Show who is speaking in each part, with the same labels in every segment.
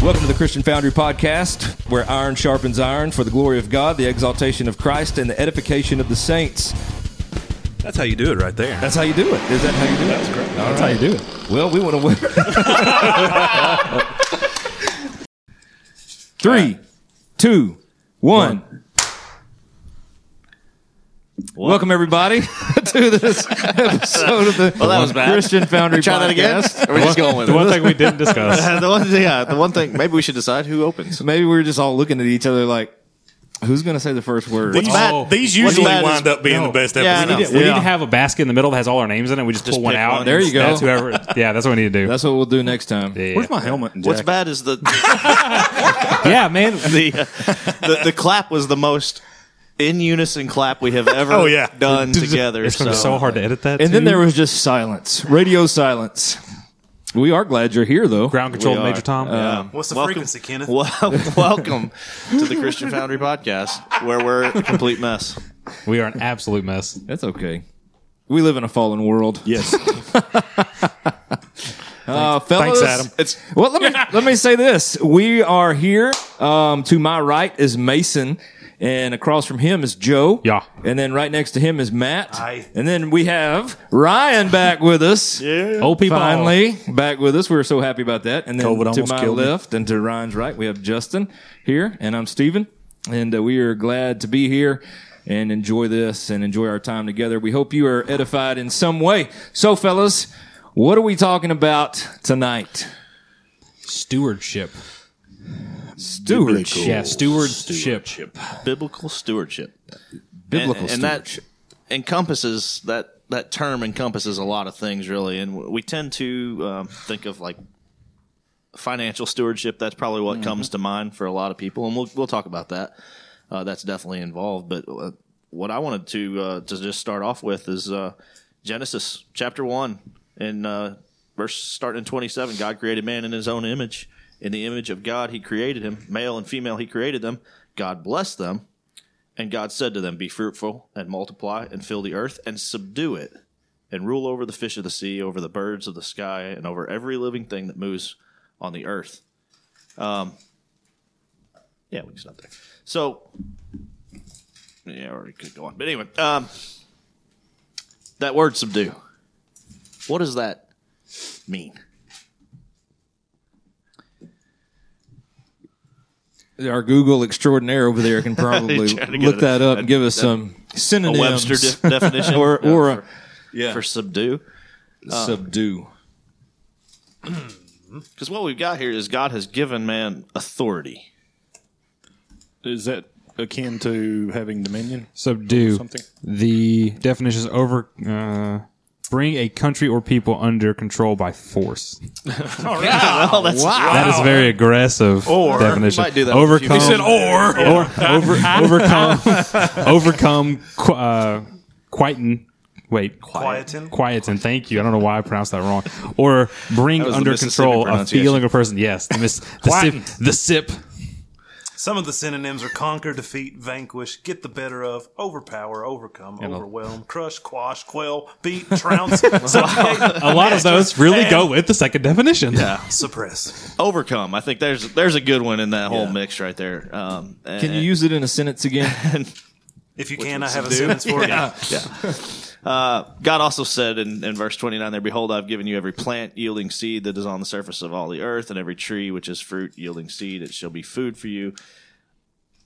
Speaker 1: Welcome to the Christian Foundry Podcast, where iron sharpens iron for the glory of God, the exaltation of Christ, and the edification of the saints.
Speaker 2: That's how you do it right there.
Speaker 1: That's how you do it. Is that how you do it?
Speaker 3: That's how you do it.
Speaker 1: Well, we want to win. Three, two, one. Welcome everybody to this episode of the
Speaker 4: that was bad.
Speaker 1: Christian Foundry
Speaker 4: Try
Speaker 1: Podcast.
Speaker 4: that again. Are we just going with
Speaker 3: The
Speaker 4: it?
Speaker 3: one thing we didn't discuss.
Speaker 4: the one thing, yeah, the one thing. Maybe we should decide who opens.
Speaker 1: So maybe we were just all looking at each other like, who's going to say the first word?
Speaker 2: These,
Speaker 4: bad-
Speaker 2: these
Speaker 4: what's
Speaker 2: usually
Speaker 4: bad is-
Speaker 2: wind up being the best
Speaker 4: Yeah, I
Speaker 2: episodes.
Speaker 4: know.
Speaker 3: We need to have a basket in the middle that has all our names in it. We just,
Speaker 4: Just
Speaker 3: pull one
Speaker 4: pick
Speaker 3: out.
Speaker 4: one.
Speaker 1: There you go.
Speaker 3: That's whoever. Yeah, that's what we need to do.
Speaker 1: That's what we'll do next time.
Speaker 3: Yeah.
Speaker 1: Where's my helmet? And
Speaker 4: What's
Speaker 1: jacket?
Speaker 4: bad is the
Speaker 3: yeah, man.
Speaker 4: the, the the clap was the most in unison clap we have ever
Speaker 2: Oh, yeah.
Speaker 4: done together.
Speaker 3: It's gonna be so hard to edit that.
Speaker 1: And
Speaker 3: too.
Speaker 1: then there was just silence, radio silence. We are glad you're here, though.
Speaker 3: ground control, to
Speaker 4: We are.
Speaker 3: Major Tom.
Speaker 2: What's the
Speaker 4: Welcome-
Speaker 2: frequency, Kenneth?
Speaker 4: Well, welcome to the Christian Foundry Podcast, where we're a complete mess.
Speaker 3: We are an absolute mess.
Speaker 1: That's okay. We live in a fallen world.
Speaker 2: Yes.
Speaker 1: Uh, fellas,
Speaker 3: Thanks, Adam.
Speaker 4: It's
Speaker 1: Well, let me let me say this: we are here. Um, to my right is Mason, and across from him is Joe.
Speaker 3: Yeah.
Speaker 1: And then right next to him is Matt.
Speaker 2: Hi.
Speaker 1: And then we have Ryan back with us.
Speaker 3: Old people.
Speaker 1: Finally, back with us. We were so happy about that. And then
Speaker 3: COVID
Speaker 1: to
Speaker 3: almost
Speaker 1: my
Speaker 3: killed me.
Speaker 1: left and to Ryan's right, we have Justin here, and I'm Steven. And uh, we are glad to be here and enjoy this and enjoy our time together. We hope you are edified in some way. So, fellas, what are we talking about tonight?
Speaker 5: Stewardship.
Speaker 1: Stewardship.
Speaker 5: Yeah, stewardship.
Speaker 4: biblical stewardship.
Speaker 1: Biblical
Speaker 4: and, and
Speaker 1: stewardship.
Speaker 4: that encompasses that that term encompasses a lot of things really and w- we tend to um, think of like financial stewardship that's probably what comes to mind for a lot of people and we'll, we'll talk about that uh, that's definitely involved but uh, what i wanted to uh, to just start off with is uh, genesis chapter 1 and uh, verse starting in 27 god created man in his own image in the image of god he created him male and female he created them god blessed them and God said to them, Be fruitful and multiply and fill the earth and subdue it and rule over the fish of the sea, over the birds of the sky, and over every living thing that moves on the earth. Um, yeah, we can stop there. So, yeah, I already could go on. But anyway, um, that word subdue, what does that mean?
Speaker 1: Our Google extraordinaire over there can probably
Speaker 4: Trying to get
Speaker 1: look
Speaker 4: a-
Speaker 1: that up and give us some
Speaker 4: A
Speaker 1: synonyms.
Speaker 4: Webster de- definition
Speaker 1: or, or a
Speaker 4: yeah. for uh, subdue?
Speaker 1: subdue.
Speaker 4: Because what we've got here is God has given man authority.
Speaker 6: Is that akin to having dominion?
Speaker 4: Oh,
Speaker 5: Subdue.
Speaker 6: Something.
Speaker 5: The definition is over. Uh, bring a country or people under control by force.
Speaker 4: Oh, that's
Speaker 5: That is a very aggressive definition.
Speaker 4: You might do that with a few
Speaker 5: overcome.
Speaker 4: He said
Speaker 5: or. over, overcome. overcome. qu- Uh, quieten. Wait.
Speaker 2: Quieten?
Speaker 5: Quieten. Thank you. I don't know why I pronounced that wrong. Or bring
Speaker 4: was the
Speaker 5: under
Speaker 4: Mississippi
Speaker 5: control a
Speaker 4: pronunciation.
Speaker 5: feeling or person. Yes. The, mis- the,
Speaker 3: Quieten.
Speaker 5: sip, the sip.
Speaker 2: Some of the synonyms are conquer, defeat, vanquish, get the better of, overpower, overcome, overwhelm, crush, quash, quell, beat, trounce, suffocate,
Speaker 5: A lot of those really go with the second definition. Yeah.
Speaker 2: suppress.
Speaker 4: overcome. I think there's there's a good one in that whole mix right there. Um,
Speaker 1: Can you use it in a sentence again?
Speaker 2: If you can, I have a sentence for you.
Speaker 4: God also said in, in verse 29 there, Behold, I've given you every plant yielding seed that is on the surface of all the earth, and every tree which is fruit yielding seed. It shall be food for you.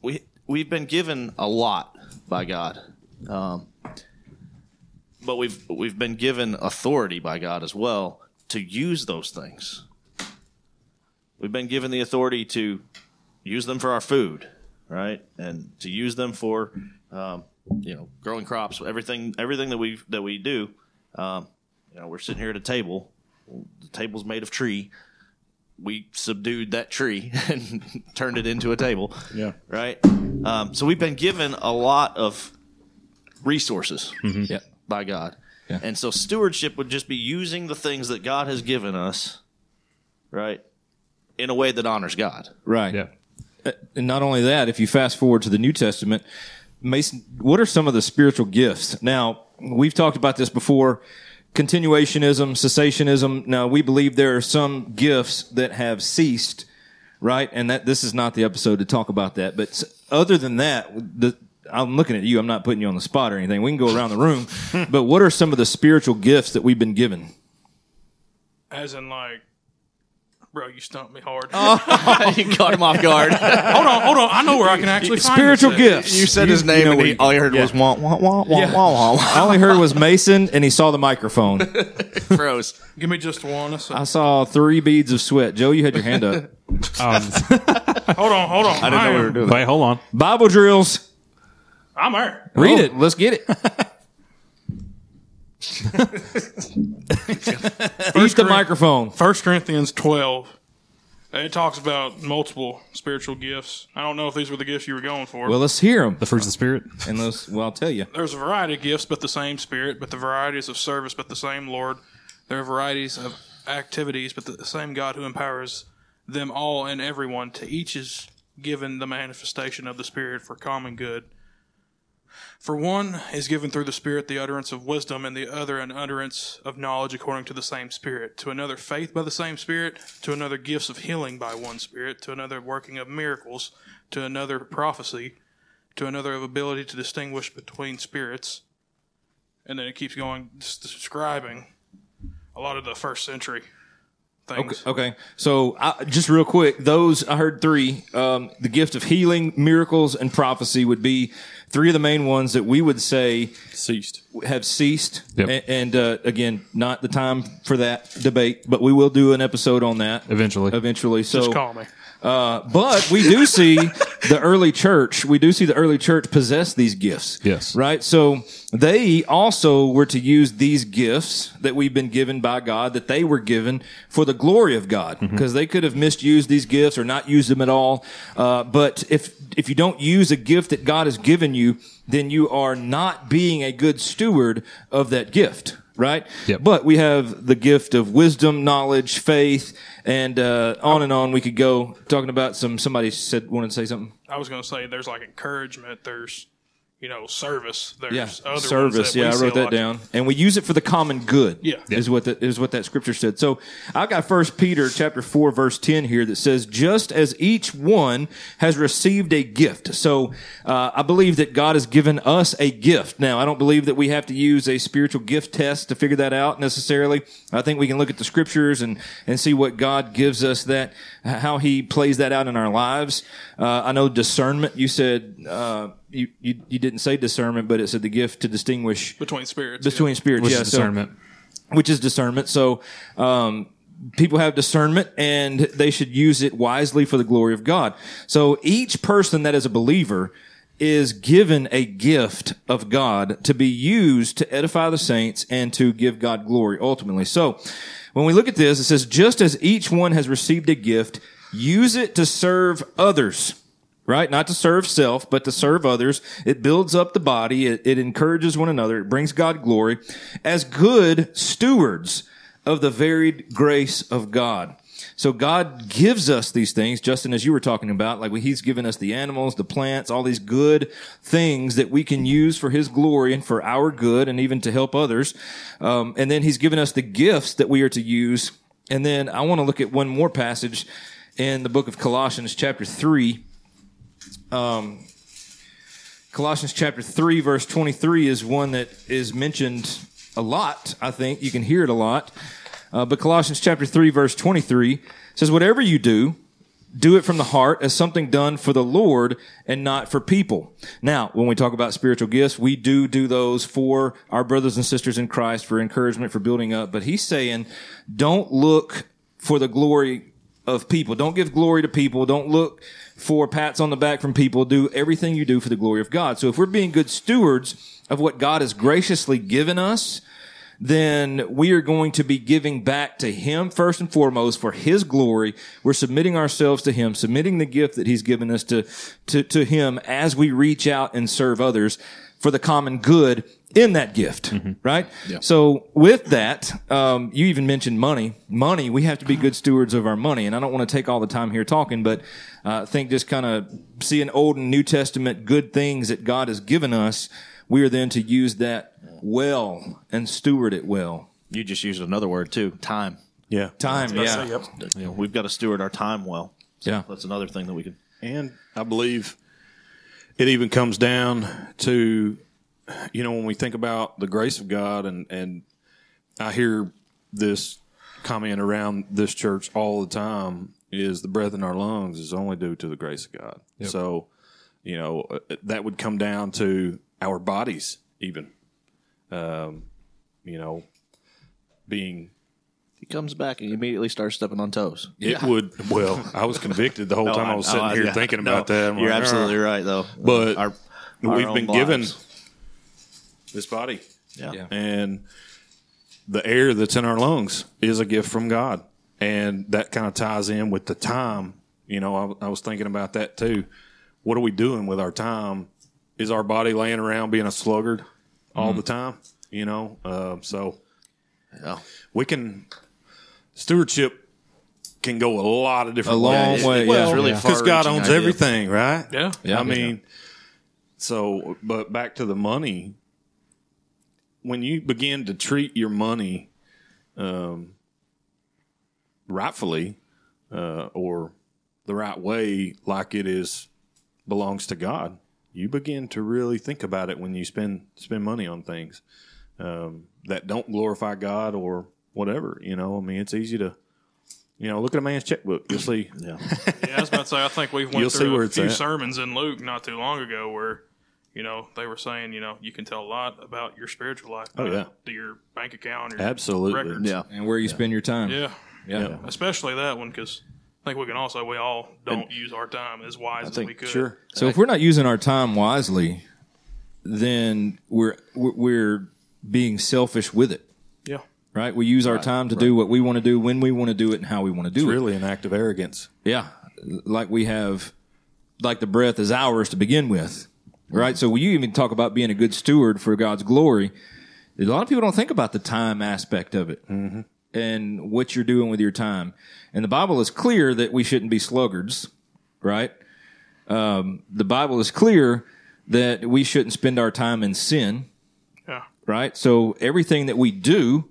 Speaker 4: We, we've been given a lot by God. Um, but we've, we've been given authority by God as well to use those things. We've been given the authority to use them for our food, right? And to use them for um, you know growing crops, everything everything that we that we do. Um, you know, we're sitting here at a table. The table's made of tree. We subdued that tree and turned it into a table.
Speaker 6: Yeah.
Speaker 4: Right. Um, so we've been given a lot of resources
Speaker 1: yeah.
Speaker 4: by God. And so stewardship would just be using the things that God has given us, right, in a way that honors God.
Speaker 1: Right. Uh, And not only that, if you fast forward to the New Testament, Mason, what are some of the spiritual gifts? Now, we've talked about this before continuationism, cessationism. Now, we believe there are some gifts that have ceased right? And that this is not the episode to talk about that. But s- other than that, the, I'm looking at you. I'm not putting you on the spot or anything. We can go around the room. but what are some of the spiritual gifts that we've been given?
Speaker 7: As in, like, bro, you stumped me hard.
Speaker 8: you caught him off guard.
Speaker 7: hold on, Oh, hold on. I know where I can actually find
Speaker 1: Spiritual
Speaker 7: this at.
Speaker 1: gifts.
Speaker 4: You said his name,
Speaker 1: know
Speaker 4: and
Speaker 1: where
Speaker 4: he,
Speaker 1: you-
Speaker 4: all you heard was wah wah wah wah
Speaker 1: Yeah.
Speaker 4: wah wah. wah.
Speaker 1: I only heard was Mason, and he saw the microphone.
Speaker 8: Froze.
Speaker 7: Give me just one. That's a-
Speaker 1: I saw three beads of sweat. Joe, you had your hand up.
Speaker 5: Um,
Speaker 7: hold on, hold on. I
Speaker 4: didn't know
Speaker 7: am,
Speaker 4: we were doing
Speaker 3: Wait, hold on.
Speaker 1: Bible drills.
Speaker 7: I'm there.
Speaker 1: Read it. Let's get it. Eat the microphone.
Speaker 7: First Corinthians 12. It talks about multiple spiritual gifts. I don't know if these were the gifts you were going for.
Speaker 1: Well, let's hear them.
Speaker 3: The fruits of the spirit.
Speaker 1: And let's, well, I'll tell you.
Speaker 7: There's a variety of gifts, but the same Spirit. But the varieties of service, but the same Lord. There are varieties of activities, but the same God who empowers them all and everyone. To each is given the manifestation of the Spirit for common good. For one is given through the Spirit the utterance of wisdom, and the other an utterance of knowledge according to the same Spirit. To another, faith by the same Spirit. To another, gifts of healing by one Spirit. To another, working of miracles. To another, prophecy to another of ability to distinguish between spirits. And then it keeps going, s- describing a lot of the first century
Speaker 1: Okay.
Speaker 7: things.
Speaker 1: okay. So I, just real quick, those I heard three: um, the gift of healing, miracles, and prophecy would be three of the main ones that we would say
Speaker 6: Ceased.
Speaker 1: have ceased.
Speaker 3: Yep.
Speaker 1: A- And, uh, again, not the time for that debate, but we will do an episode on that
Speaker 3: Eventually.
Speaker 1: Eventually. So uh,
Speaker 7: Just call me.
Speaker 1: but we do see the early church. We do see the early church possess these gifts.
Speaker 3: Yes.
Speaker 1: Right. So they also were to use these gifts that we've been given by God, that they were given for the glory of God,
Speaker 3: Mm-hmm.
Speaker 1: because they could have misused these gifts or not used them at all. Uh, but if if you don't use a gift that God has given you, then you are not being a good steward of that gift. Right.
Speaker 3: Yep.
Speaker 1: But we have the gift of wisdom, knowledge, faith, and uh, on and on we could go talking about some. Somebody said wanted to say something.
Speaker 7: I was going to say there's like encouragement, there's, you know, service, there's other ones
Speaker 1: service.
Speaker 7: that we
Speaker 1: Yeah, I
Speaker 7: see
Speaker 1: wrote
Speaker 7: a
Speaker 1: that
Speaker 7: lot.
Speaker 1: down, and we use it for the common good.
Speaker 7: Yeah. Yeah.
Speaker 1: is what that is what that scripture said. So I got First Peter chapter four verse ten here that says, "Just as each one has received a gift." So uh, I believe that God has given us a gift. Now I don't believe that we have to use a spiritual gift test to figure that out necessarily. I think we can look at the scriptures and and see what God gives us that how He plays that out in our lives. Uh, I know discernment. You said. Uh, you, you, you didn't say discernment, but it said the gift to distinguish
Speaker 7: Between spirits.
Speaker 1: between spirits,
Speaker 3: Which
Speaker 1: yeah,
Speaker 3: is
Speaker 1: so-
Speaker 3: discernment.
Speaker 1: which is discernment. So, um, people have discernment and they should use it wisely for the glory of God. So each person that is a believer is given a gift of God to be used to edify the saints and to give God glory ultimately. So when we look at this, it says, just as each one has received a gift, use it to serve others right? Not to serve self, but to serve others. It builds up the body. It, it encourages one another. It brings God glory as good stewards of the varied grace of God. So God gives us these things, Justin, as you were talking about, like he's given us the animals, the plants, all these good things that we can use for his glory and for our good and even to help others. Um, and then he's given us the gifts that we are to use. And then I want to look at one more passage in the book of Colossians chapter three. Colossians chapter 3, verse 23 is one that is mentioned a lot, I think. You can hear it a lot. Uh, but Colossians chapter 3, verse 23 says, Whatever you do, do it from the heart as something done for the Lord and not for people. Now, when we talk about spiritual gifts, we do do those for our brothers and sisters in Christ, for encouragement, for building up. But he's saying, don't look for the glory of people. Don't give glory to people. Don't look for pats on the back from people. Do everything you do for the glory of God. So if we're being good stewards of what God has graciously given us, then we are going to be giving back to Him first and foremost for His glory. We're submitting ourselves to Him, submitting the gift that He's given us to, to, to Him as we reach out and serve others for the common good in that gift, right? So with that, um, you even mentioned money. Money, we have to be good stewards of our money. And I don't want to take all the time here talking, but uh, I think just kind of seeing Old and New Testament good things that God has given us, we are then to use that well and steward it well.
Speaker 4: You just used another word too. Time.
Speaker 6: Yeah.
Speaker 1: Time, yeah.
Speaker 4: You know, we've got to steward our time well.
Speaker 1: Yeah.
Speaker 4: That's another thing that we can.
Speaker 6: And I believe it even comes down to, you know, when we think about the grace of God, and, and I hear this comment around this church all the time is the breath in our lungs is only due to the grace of God. So, you know, uh, that would come down to our bodies, even, um, you know, being
Speaker 4: He comes back and he immediately starts stepping on toes.
Speaker 6: it would well i was convicted the whole time i, was sitting here
Speaker 4: Oh, yeah.
Speaker 6: thinking
Speaker 4: No,
Speaker 6: about that I'm
Speaker 4: you're
Speaker 6: like,
Speaker 4: absolutely
Speaker 6: "Arr."
Speaker 4: right, though.
Speaker 6: but
Speaker 4: Our- our
Speaker 6: we've
Speaker 4: own
Speaker 6: been
Speaker 4: lives.
Speaker 6: given this body
Speaker 4: Yeah. Yeah.
Speaker 6: and the air that's in our lungs is a gift from god and that kind of ties in with the time you know I, I was thinking about that too what are we doing with our time is our body laying around being a sluggard all
Speaker 1: Mm-hmm.
Speaker 6: the time you know Um so
Speaker 4: Yeah.
Speaker 6: we can stewardship can go a lot of different
Speaker 1: A long
Speaker 6: ways.
Speaker 1: way, yeah.
Speaker 6: Well,
Speaker 4: It's really
Speaker 6: because
Speaker 4: far-reaching
Speaker 6: God owns
Speaker 4: idea.
Speaker 6: everything, right?
Speaker 7: Yeah.
Speaker 1: Yeah.
Speaker 6: I mean, so but back to the money. When you begin to treat your money, um, rightfully, uh, or the right way, like it is belongs to God, you begin to really think about it when you spend spend money on things um, that don't glorify God or whatever. You know, I mean, it's easy to, you know, look at a man's checkbook. You'll see.
Speaker 7: Yeah, I was about to say. I think we've went
Speaker 6: You'll see
Speaker 7: through
Speaker 6: where
Speaker 7: a
Speaker 6: it's
Speaker 7: few
Speaker 6: at.
Speaker 7: sermons in Luke not too long ago where, you know, they were saying, you know, you can tell a lot about your spiritual life.
Speaker 6: Oh, yeah.
Speaker 7: to your bank account. Or
Speaker 6: Absolutely.
Speaker 7: Records.
Speaker 4: Yeah.
Speaker 1: And where you spend your time.
Speaker 7: Yeah.
Speaker 1: Yeah.
Speaker 7: Especially that one because I think we can also we all don't use our time as wise as we could.
Speaker 6: Sure.
Speaker 1: So if we're not using our time wisely, then we're we're- we're being selfish with it,
Speaker 7: Yeah.
Speaker 1: right? We use our time to do what we want to do, when we want to do it, and how we want to do it.
Speaker 6: Really an act of arrogance.
Speaker 1: Yeah, like we have, like the breath is ours to begin with, right? So when you even talk about being a good steward for God's glory, a lot of people don't think about the time aspect of it and what you're doing with your time. And the Bible is clear that we shouldn't be sluggards, right? Um, the Bible is clear that we shouldn't spend our time in sin,
Speaker 7: Yeah.
Speaker 1: right? So everything that we do,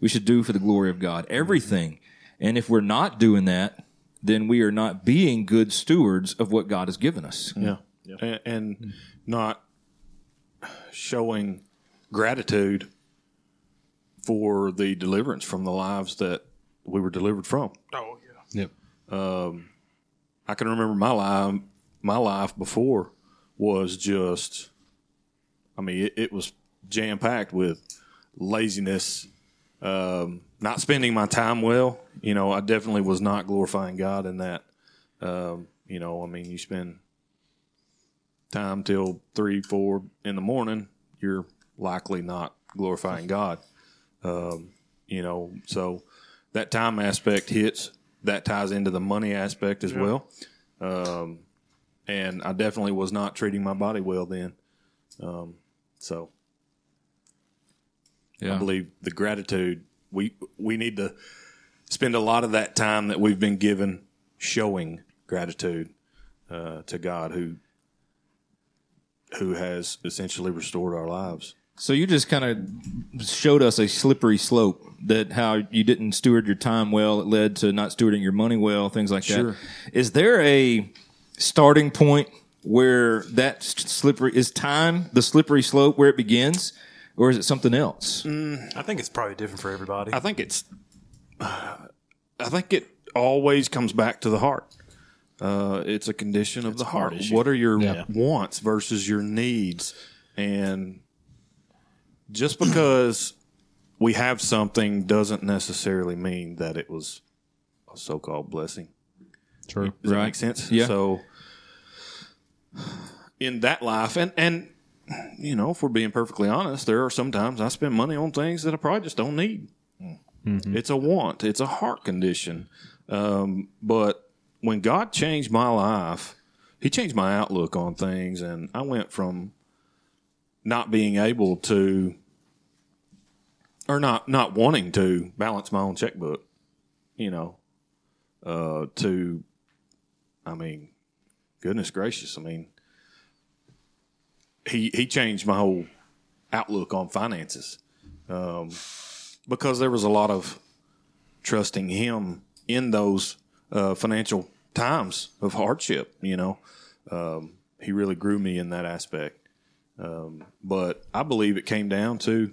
Speaker 1: we should do for the glory of God. Everything. And if we're not doing that, then we are not being good stewards of what God has given us.
Speaker 6: Yeah. And, and not showing gratitude for the deliverance from the lives that we were delivered from.
Speaker 7: Oh yeah.
Speaker 6: I can remember my life. My life before was just, I mean, it, it was jam packed with laziness, um, not spending my time well. You know, I definitely was not glorifying God in that. Um, you know, I mean, you spend time till three, four in the morning, you're likely not glorifying God. Um, you know, so that time aspect hits. That ties into the money aspect as well. Um, and I definitely was not treating my body well then. Um, so I
Speaker 1: Yeah.
Speaker 6: believe the gratitude we we need to spend a lot of that time that we've been given showing gratitude uh, to God who who has essentially restored our lives.
Speaker 1: So you just kind of showed us a slippery slope that how you didn't steward your time well, it led to not stewarding your money well, things like
Speaker 6: Sure.
Speaker 1: that. Is there a starting point where that s- slippery is time the slippery slope where it begins, or is it something else?
Speaker 2: I think it's probably different for everybody.
Speaker 6: I think it's. I think it always comes back to the heart. Uh, it's a condition of the heart. What are your wants versus your needs? And just because we have something doesn't necessarily mean that it was a so-called blessing.
Speaker 5: True.
Speaker 6: Does that
Speaker 1: Right.
Speaker 6: make sense?
Speaker 1: Yeah.
Speaker 6: So in that life, and and you know, if we're being perfectly honest, there are sometimes I spend money on things that I probably just don't need.
Speaker 1: Mm-hmm.
Speaker 6: It's a want. It's a heart condition. Um, but when God changed my life, He changed my outlook on things, and I went from not being able to, or not not wanting to balance my own checkbook, you know, uh, to, I mean, goodness gracious, I mean, He He changed my whole outlook on finances um, because there was a lot of trusting him in those uh, financial times of hardship. You know, um, he really grew me in that aspect. Um, but I believe it came down to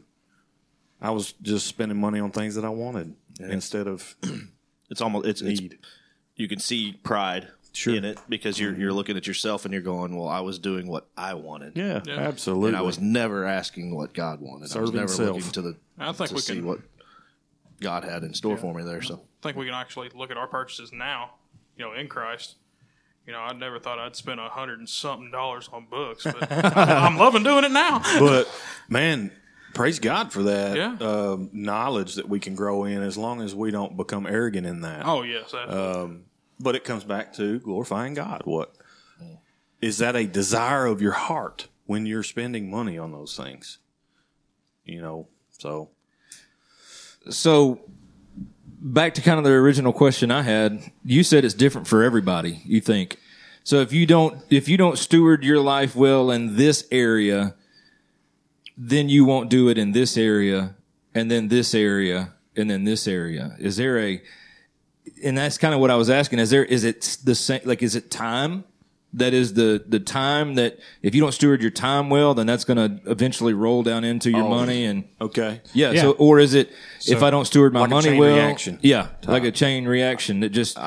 Speaker 6: I was just spending money on things that I wanted instead of
Speaker 4: It's almost it's, it's
Speaker 6: need.
Speaker 4: you can see pride
Speaker 6: Sure.
Speaker 4: in it because you're you're looking at yourself and you're going, well, I was doing what I wanted.
Speaker 6: Yeah,
Speaker 7: Yeah.
Speaker 6: absolutely.
Speaker 4: And I was never asking what God wanted. I was
Speaker 6: Serving
Speaker 4: never
Speaker 6: self.
Speaker 4: looking to the
Speaker 7: I think
Speaker 4: to
Speaker 7: we
Speaker 4: see
Speaker 7: can-
Speaker 4: what God had in store for me there. So
Speaker 7: I think we can actually look at our purchases now, you know, in Christ. You know, I never thought I'd spend a hundred and something dollars on books, but I'm loving doing it now.
Speaker 6: but man, praise God for that
Speaker 7: Yeah.
Speaker 6: um, knowledge that we can grow in as long as we don't become arrogant in that.
Speaker 7: Oh yes, that,
Speaker 4: Uh,
Speaker 6: But it comes back to glorifying God. What is that a desire of your heart when you're spending money on those things? You know, so
Speaker 1: So back to kind of the original question I had. You said it's different for everybody. You think so? If you don't, if you don't steward your life well in this area, then you won't do it in this area, and then this area, and then this area. Is there a? And that's kind of what I was asking. Is there? Is it the same? Like, is it time? That is the the time that if you don't steward your time well, then that's going to eventually roll down into your money and
Speaker 6: okay,
Speaker 1: yeah. So, or is it if I don't steward my
Speaker 6: like a
Speaker 1: money
Speaker 6: chain
Speaker 1: well?
Speaker 6: reaction.
Speaker 1: Yeah, like a chain reaction that just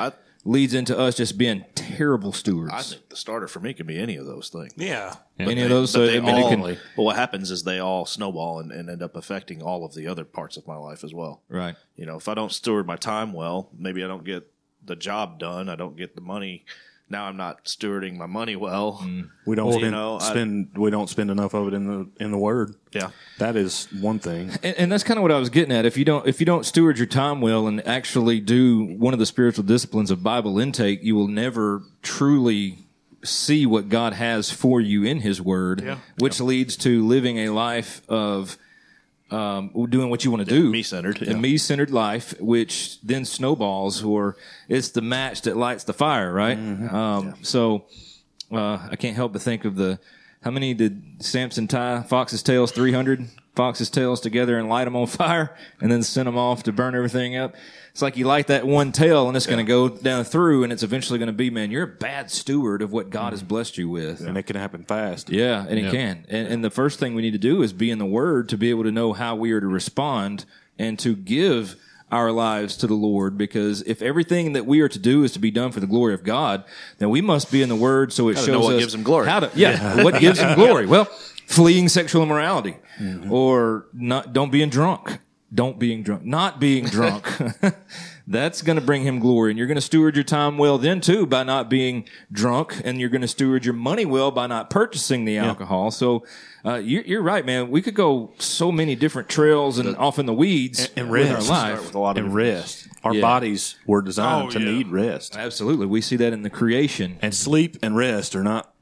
Speaker 1: leads into us just being terrible stewards.
Speaker 4: I think the starter for me can be any of those things.
Speaker 2: Yeah.
Speaker 1: Any of those? So
Speaker 4: they
Speaker 1: I mean, it
Speaker 4: all,
Speaker 1: can-
Speaker 4: but what happens is they all snowball and, and end up affecting all of the other parts of my life as well.
Speaker 1: right.
Speaker 4: You know, if I don't steward my time well, maybe I don't get the job done. I don't get the money. Now I'm not stewarding my money well.
Speaker 1: Mm.
Speaker 6: we don't
Speaker 4: you
Speaker 6: spend,
Speaker 4: know, I-
Speaker 6: spend we don't spend enough of it in the in the word.
Speaker 4: Yeah.
Speaker 6: That is one thing.
Speaker 1: And, and that's kind of what I was getting at. If you don't, if you don't steward your time well and actually do one of the spiritual disciplines of Bible intake, you will never truly see what God has for you in His Word, which leads to living a life of um, doing what you want to do,
Speaker 4: me-centered,
Speaker 1: a
Speaker 4: yeah.
Speaker 1: me-centered life, which then snowballs, or it's the match that lights the fire, right?
Speaker 4: Mm-hmm.
Speaker 1: Um, So uh, I can't help but think of the how many did Samson tie foxes' tails? Three hundred foxes' tails together and light them on fire, and then send them off to burn everything up. It's like you light that one tail, and it's going to go down through, and it's eventually going to be, man, you're a bad steward of what God has blessed you with.
Speaker 6: And it can happen fast.
Speaker 1: Yeah, and it can. And, and the first thing we need to do is be in the Word to be able to know how we are to respond and to give our lives to the Lord. Because if everything that we are to do is to be done for the glory of God, then we must be in the Word so it shows
Speaker 4: know what
Speaker 1: us
Speaker 4: gives Him glory.
Speaker 1: How to, yeah, what gives Him glory? Well, fleeing sexual immorality, or not. Don't being drunk. Don't being drunk. Not being drunk. that's going to bring him glory. And you're going to steward your time well then too by not being drunk, and you're going to steward your money well by not purchasing the alcohol. So uh, you're, you're right, man. We could go so many different trails and off in the weeds
Speaker 6: and
Speaker 1: with our
Speaker 6: rest.
Speaker 1: life.
Speaker 4: With a lot of
Speaker 6: And rest. Our
Speaker 1: Yeah.
Speaker 6: bodies were designed
Speaker 7: Oh,
Speaker 6: to
Speaker 7: yeah.
Speaker 6: need rest.
Speaker 1: Absolutely, we see that in the creation.
Speaker 6: And sleep and rest are not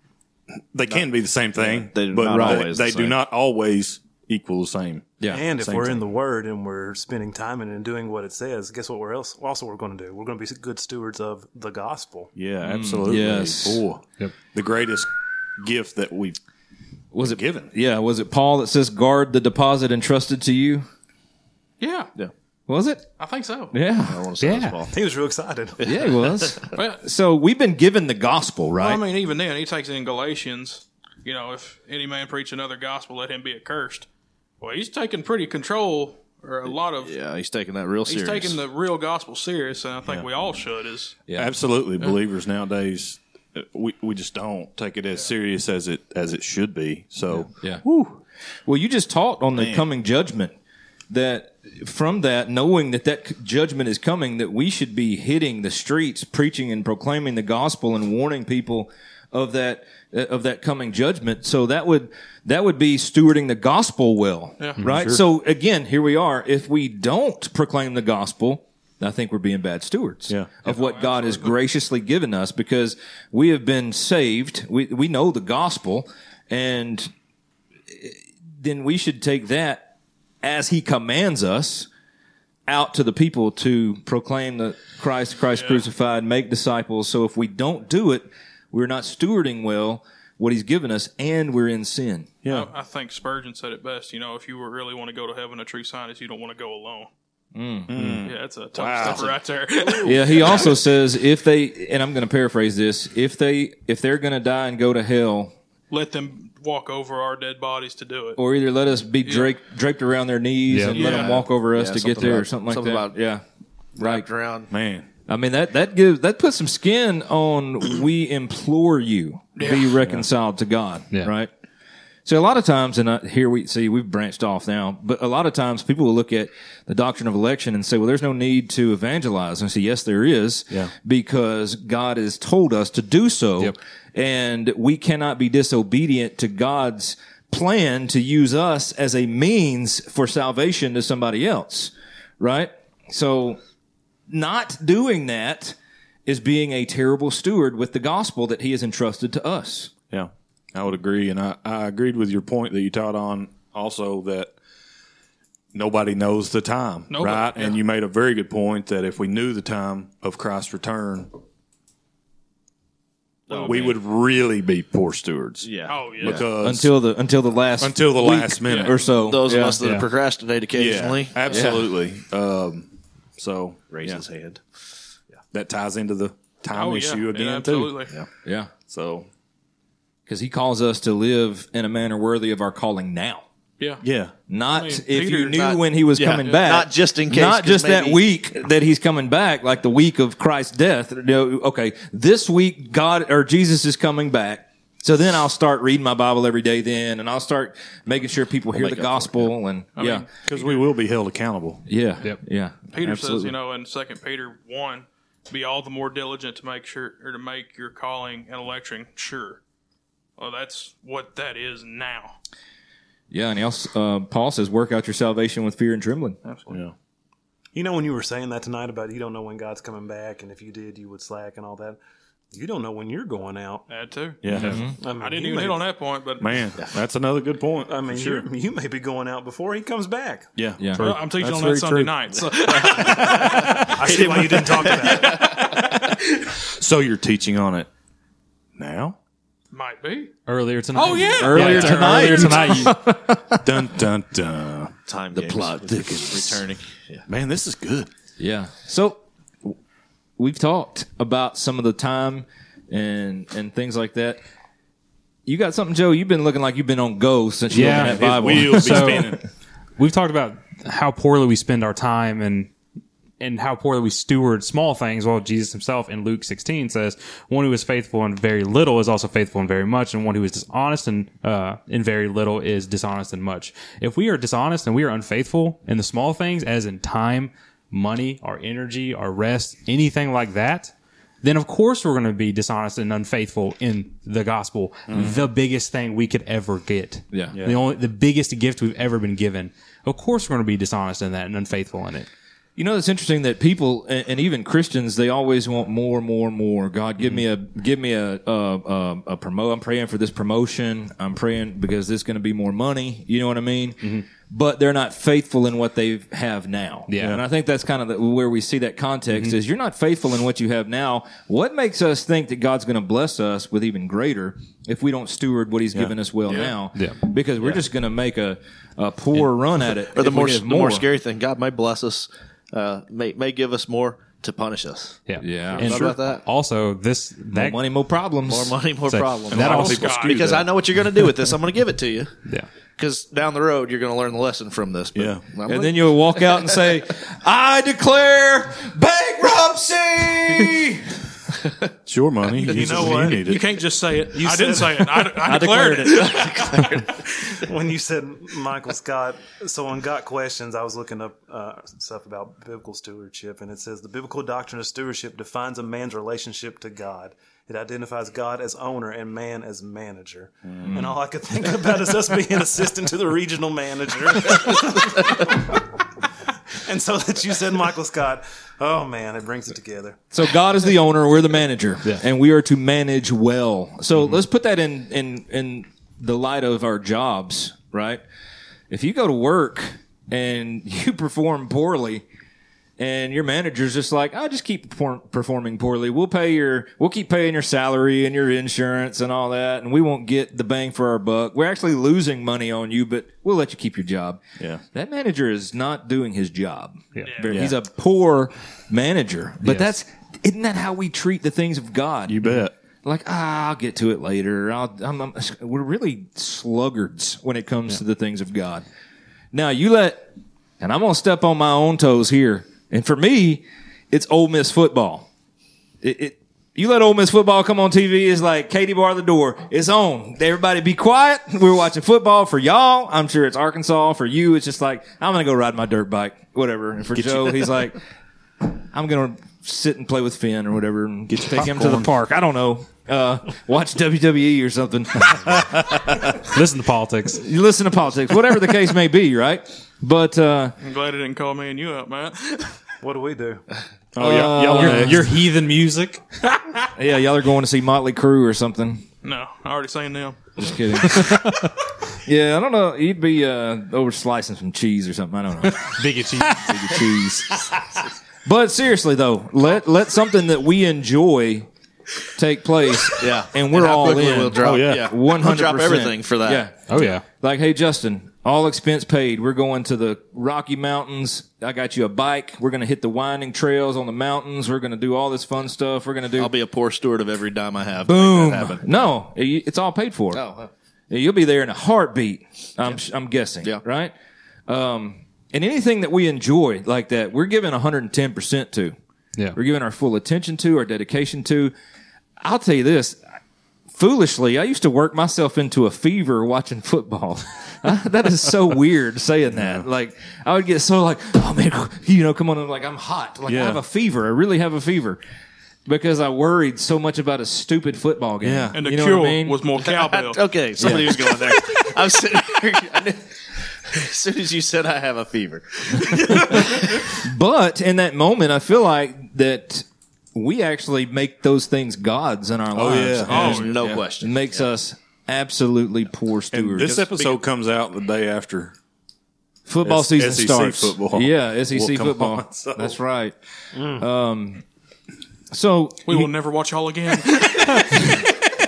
Speaker 6: they can be the same thing.
Speaker 4: They're
Speaker 6: but
Speaker 4: not
Speaker 6: they,
Speaker 4: always the
Speaker 6: they do
Speaker 4: same.
Speaker 6: not always equal the same.
Speaker 1: Yeah,
Speaker 2: And if
Speaker 6: Same
Speaker 2: we're
Speaker 6: thing.
Speaker 2: in the Word and we're spending time in it and doing what it says, guess what? We're else also we're going to do. We're going to be good stewards of the gospel.
Speaker 6: Yeah, absolutely.
Speaker 1: yes.
Speaker 6: Boy, Mm. The greatest gift that we've
Speaker 1: was it
Speaker 6: given.
Speaker 1: Yeah, was it Paul that says, "Guard the deposit entrusted to you"?
Speaker 7: yeah,
Speaker 1: Was it?
Speaker 7: I think so.
Speaker 1: Yeah,
Speaker 4: I want to say this, Paul.
Speaker 2: He was real excited.
Speaker 1: yeah, it was.
Speaker 7: But
Speaker 1: so we've been given the gospel, right?
Speaker 7: I mean, even then, he takes in Galatians. You know, if any man preach another gospel, let him be accursed. Well, he's taking pretty control or a lot of.
Speaker 4: Yeah, he's taking that real
Speaker 7: He's
Speaker 4: serious.
Speaker 7: taking the real gospel serious, and I think we all should. Is
Speaker 6: Absolutely, believers nowadays, uh, we we just don't take it as serious as it as it should be. So
Speaker 1: Yeah. Well, you just taught on the coming judgment that from that, knowing that that c- judgment is coming, that we should be hitting the streets, preaching and proclaiming the gospel and warning people of that uh, of that coming judgment. So that would that would be stewarding the gospel well, right? So again, here we are. If we don't proclaim the gospel. I think we're being bad stewards
Speaker 6: Yeah.
Speaker 1: of what God has graciously given us because we have been saved. We, we know the gospel and eh, then we should take that as he commands us out to the people to proclaim the Christ, Christ crucified, make disciples. So if we don't do it, we're not stewarding well what he's given us and we're in sin.
Speaker 7: I, I think Spurgeon said it best. You know, if you really want to go to heaven, a true sign is you don't want to go alone.
Speaker 6: Mm.
Speaker 7: Mm. Yeah, that's a top step right there.
Speaker 1: Yeah, he also says if they and I'm going to paraphrase this, if they if they're going to die and go to hell,
Speaker 7: Let them walk over our dead bodies to do it.
Speaker 1: or either let us be draped draped around their knees and let them
Speaker 7: Yeah.
Speaker 1: walk over us
Speaker 8: Yeah,
Speaker 1: to get
Speaker 8: something
Speaker 1: there, or
Speaker 8: about-
Speaker 1: something like
Speaker 8: something
Speaker 1: that.
Speaker 8: about-
Speaker 1: yeah, right.
Speaker 8: Drown.
Speaker 6: Man,
Speaker 1: I mean that that gives that puts some skin on. We implore you be reconciled to God.
Speaker 3: Yeah.
Speaker 1: Right. So a lot of times, and I, here we see we've branched off now, but a lot of times people will look at the doctrine of election and say, "Well, there's no need to evangelize." And I say, "Yes, there is,
Speaker 3: Yeah.
Speaker 1: because God has told us to do so,
Speaker 3: Yep.
Speaker 1: and we cannot be disobedient to God's plan to use us as a means for salvation to somebody else." Right. So not doing that is being a terrible steward with the gospel that he has entrusted to us.
Speaker 6: Yeah, I would agree, and I, I agreed with your point that you taught on also that nobody knows the time,
Speaker 7: Nobody,
Speaker 6: right? And you made a very good point that if we knew the time of Christ's return, we would really be poor stewards.
Speaker 4: Yeah.
Speaker 7: Oh yeah,
Speaker 6: because until,
Speaker 1: Until the until the last
Speaker 6: the
Speaker 1: week
Speaker 6: last minute,
Speaker 1: or so.
Speaker 8: Those
Speaker 1: Yeah.
Speaker 8: of us that procrastinate occasionally.
Speaker 6: yeah, absolutely. Um, so
Speaker 4: Raise
Speaker 6: yeah,
Speaker 4: his hand.
Speaker 6: that ties into the time
Speaker 7: oh, yeah.
Speaker 6: issue
Speaker 7: Yeah,
Speaker 6: again too.
Speaker 7: absolutely.
Speaker 1: Yeah.
Speaker 6: So
Speaker 1: Because he calls us to live in a manner worthy of our calling now.
Speaker 7: Yeah.
Speaker 6: yeah,
Speaker 1: Not
Speaker 7: mean,
Speaker 1: if you
Speaker 7: Peter's
Speaker 1: knew
Speaker 7: not-
Speaker 1: when he was coming back.
Speaker 4: Not just in case,
Speaker 1: Not
Speaker 4: 'cause
Speaker 1: just that
Speaker 4: maybe-
Speaker 1: week that he's coming back, like the week of Christ's death. No, okay, this week God or Jesus is coming back. So then I'll start reading my Bible every day then, and I'll start making sure people hear the gospel and yeah,
Speaker 6: because we will be held accountable.
Speaker 1: yeah,
Speaker 3: Yep.
Speaker 1: yeah.
Speaker 7: Peter says,
Speaker 1: absolutely.
Speaker 7: you know, in Second Peter one, be all the more diligent to make sure or to make your calling and election sure. Well, that's what that is now.
Speaker 1: Yeah, and he also, uh, Paul says, work out your salvation with fear and trembling.
Speaker 6: Yeah.
Speaker 2: You know, when you were saying that tonight about you don't know when God's coming back, and if you did, you would slack and all that. You don't know when you're going out.
Speaker 7: That too.
Speaker 6: Yeah,
Speaker 2: I, mean,
Speaker 7: I didn't
Speaker 2: you
Speaker 7: even
Speaker 2: may-
Speaker 7: hit on that point, but
Speaker 6: man, that's another good point.
Speaker 2: I mean,
Speaker 6: sure.
Speaker 2: you're- you may be going out before he comes back.
Speaker 6: Yeah,
Speaker 1: Yeah. Uh,
Speaker 7: Well, I'm teaching
Speaker 6: That's
Speaker 7: on
Speaker 6: very
Speaker 7: that Sunday
Speaker 6: true.
Speaker 7: night. So
Speaker 2: I see why you didn't talk about it.
Speaker 6: So you're teaching on it now?
Speaker 7: might be.
Speaker 3: Earlier tonight. Oh yeah.
Speaker 1: Earlier tonight.
Speaker 3: Earlier tonight. you-
Speaker 6: Dun dun dun.
Speaker 4: Time the plot thickens. Returning. Yeah.
Speaker 6: Man, this is good.
Speaker 1: Yeah. So w- we've talked about some of the time and and things like that. You got something, Joe? You've been looking like you've been on go since you
Speaker 3: Yeah.
Speaker 1: opened that Bible.
Speaker 6: We'll be
Speaker 3: So-
Speaker 6: spinning.
Speaker 3: We've talked about how poorly we spend our time and and how poorly we steward small things. Well, Jesus himself in Luke 16 says, "One who is faithful in very little is also faithful in very much, and one who is dishonest in uh, in very little is dishonest in much." If we are dishonest and we are unfaithful in the small things, as in time, money, our energy, our rest, anything like that, then of course we're going to be dishonest and unfaithful in the gospel, the biggest thing we could ever get.
Speaker 1: Yeah. Yeah.
Speaker 3: The only the biggest gift we've ever been given. Of course we're going to be dishonest in that and unfaithful in it.
Speaker 1: You know, it's interesting that people and, and even Christians they always want more, more, more. God, give me a give me a a, a, a promo. I'm praying for this promotion. I'm praying because this is going to be more money. You know what I mean?
Speaker 4: Mm-hmm.
Speaker 1: But they're not faithful in what they have now.
Speaker 3: Yeah.
Speaker 1: and I think that's kind of the, where we see that context
Speaker 4: Mm-hmm.
Speaker 1: is you're not faithful in what you have now. What makes us think that God's going to bless us with even greater if we don't steward what He's given us well now?
Speaker 3: Yeah.
Speaker 1: because we're just going to make a a poor run at it.
Speaker 4: Or
Speaker 1: if
Speaker 4: the
Speaker 1: we
Speaker 4: more,
Speaker 1: give
Speaker 4: the more scary thing, God may bless us, uh, may, may give us more to punish us.
Speaker 3: Yeah.
Speaker 1: Yeah.
Speaker 3: And
Speaker 4: Thought about that?
Speaker 3: also this that
Speaker 1: Money, more problems.
Speaker 4: More money, more
Speaker 3: So-
Speaker 4: problems.
Speaker 3: and that
Speaker 4: Well,
Speaker 3: also-
Speaker 7: Scott,
Speaker 4: because I know what you're going to do with this. I'm going to give it to you.
Speaker 3: yeah.
Speaker 4: Because down the road, you're going to learn the lesson from this. But
Speaker 6: Yeah.
Speaker 4: I'm like,
Speaker 1: And then you'll walk out and say, I declare bankruptcy.
Speaker 6: It's your money.
Speaker 2: You know what?
Speaker 6: need
Speaker 7: you
Speaker 6: it.
Speaker 7: can't just say it. I didn't say it. I, I, declared, it.
Speaker 2: When you said Michael Scott, so on Got Questions, I was looking up uh, stuff about biblical stewardship, and it says the biblical doctrine of stewardship defines a man's relationship to God. It identifies God as owner and man as manager. And all I could think about is us being assistant to the regional manager. and so that you said Michael Scott, oh man, it brings it together.
Speaker 1: so God is the owner, we're the manager, and we are to manage well. So let's put that in, in, in the light of our jobs, right? If you go to work and you perform poorly, and your manager's just like, "I just keep perform- performing poorly. We'll pay your, we'll keep paying your salary and your insurance and all that, and we won't get the bang for our buck. We're actually losing money on you, but we'll let you keep your job."
Speaker 6: Yeah.
Speaker 1: that manager is not doing his job. Very- He's a poor manager. But that's isn't that how we treat the things of God?
Speaker 6: You bet.
Speaker 1: like ah, I'll get to it later. I'll, I'm, I'm, we're really sluggards when it comes to the things of God. Now you let, and I'm gonna step on my own toes here. And for me, it's Ole Miss football. It, it you let Ole Miss football come on TV it's like Katie bar the door. It's on. Everybody be quiet. We're watching football for y'all. I'm sure it's Arkansas for you. It's just like I'm gonna go ride my dirt bike, whatever. And for Joe, he's like, I'm gonna sit and play with Finn or whatever, and take him to the park. I don't know. Uh, watch WWE or something.
Speaker 5: Listen to politics.
Speaker 1: you listen to politics, whatever the case may be, right? But uh,
Speaker 7: I'm glad it didn't call me and you out, man.
Speaker 2: What do we do?
Speaker 6: Oh yeah, y'all
Speaker 5: Your,
Speaker 6: next.
Speaker 5: your heathen music.
Speaker 1: yeah, y'all are going to see Motley Crue or something.
Speaker 7: no, I already seen them.
Speaker 1: Just kidding. yeah, I don't know. You'd be uh, over slicing some cheese or something. I don't know.
Speaker 5: Big achievement.
Speaker 1: Big cheese. But seriously though, let let something that we enjoy take place.
Speaker 8: Yeah.
Speaker 1: and we're
Speaker 8: how
Speaker 1: all
Speaker 8: quickly
Speaker 1: in.
Speaker 8: We'll drop,
Speaker 6: Oh, yeah.
Speaker 1: One
Speaker 8: We'll
Speaker 1: hundred
Speaker 8: drop everything for that.
Speaker 1: Yeah.
Speaker 5: Oh yeah.
Speaker 1: Like, hey, Justin, all expense paid. We're going to the Rocky Mountains. I got you a bike. We're going to hit the winding trails on the mountains. We're going to do all this fun stuff. We're going to do.
Speaker 8: I'll be a poor steward of every dime I have.
Speaker 1: boom.
Speaker 8: To make that happen.
Speaker 1: No, it- it's all paid for.
Speaker 8: Oh, wow.
Speaker 1: You'll be there in a heartbeat. I'm, I'm guessing.
Speaker 8: Yeah.
Speaker 1: Right. Um, and anything that we enjoy like that, we're giving 110% to.
Speaker 5: Yeah.
Speaker 1: We're giving our full attention to, our dedication to. I'll tell you this. Foolishly, I used to work myself into a fever watching football. that is so weird saying that. Like, I would get so like, oh man, you know, come on, I'm like, I'm hot. Like, I
Speaker 6: Yeah.
Speaker 1: have a fever. I really have a fever because I worried so much about a stupid football game. Yeah.
Speaker 7: And the cure was more cowbell.
Speaker 8: Okay, somebody was going there. I'm sitting here. I knew- as soon as you said I have a fever,
Speaker 1: But in that moment, I feel like that we actually make those things gods in our lives.
Speaker 6: Oh, yeah.
Speaker 1: And
Speaker 8: there's no
Speaker 1: It
Speaker 8: question.
Speaker 1: makes us absolutely poor
Speaker 6: And
Speaker 1: stewards.
Speaker 6: this episode comes out the day after.
Speaker 1: football
Speaker 6: S-
Speaker 1: season
Speaker 6: SEC
Speaker 1: starts.
Speaker 6: football.
Speaker 1: Yeah, SEC
Speaker 6: Well, come
Speaker 1: football.
Speaker 6: on, so-
Speaker 1: That's right. Um, so
Speaker 7: We will never watch y'all again.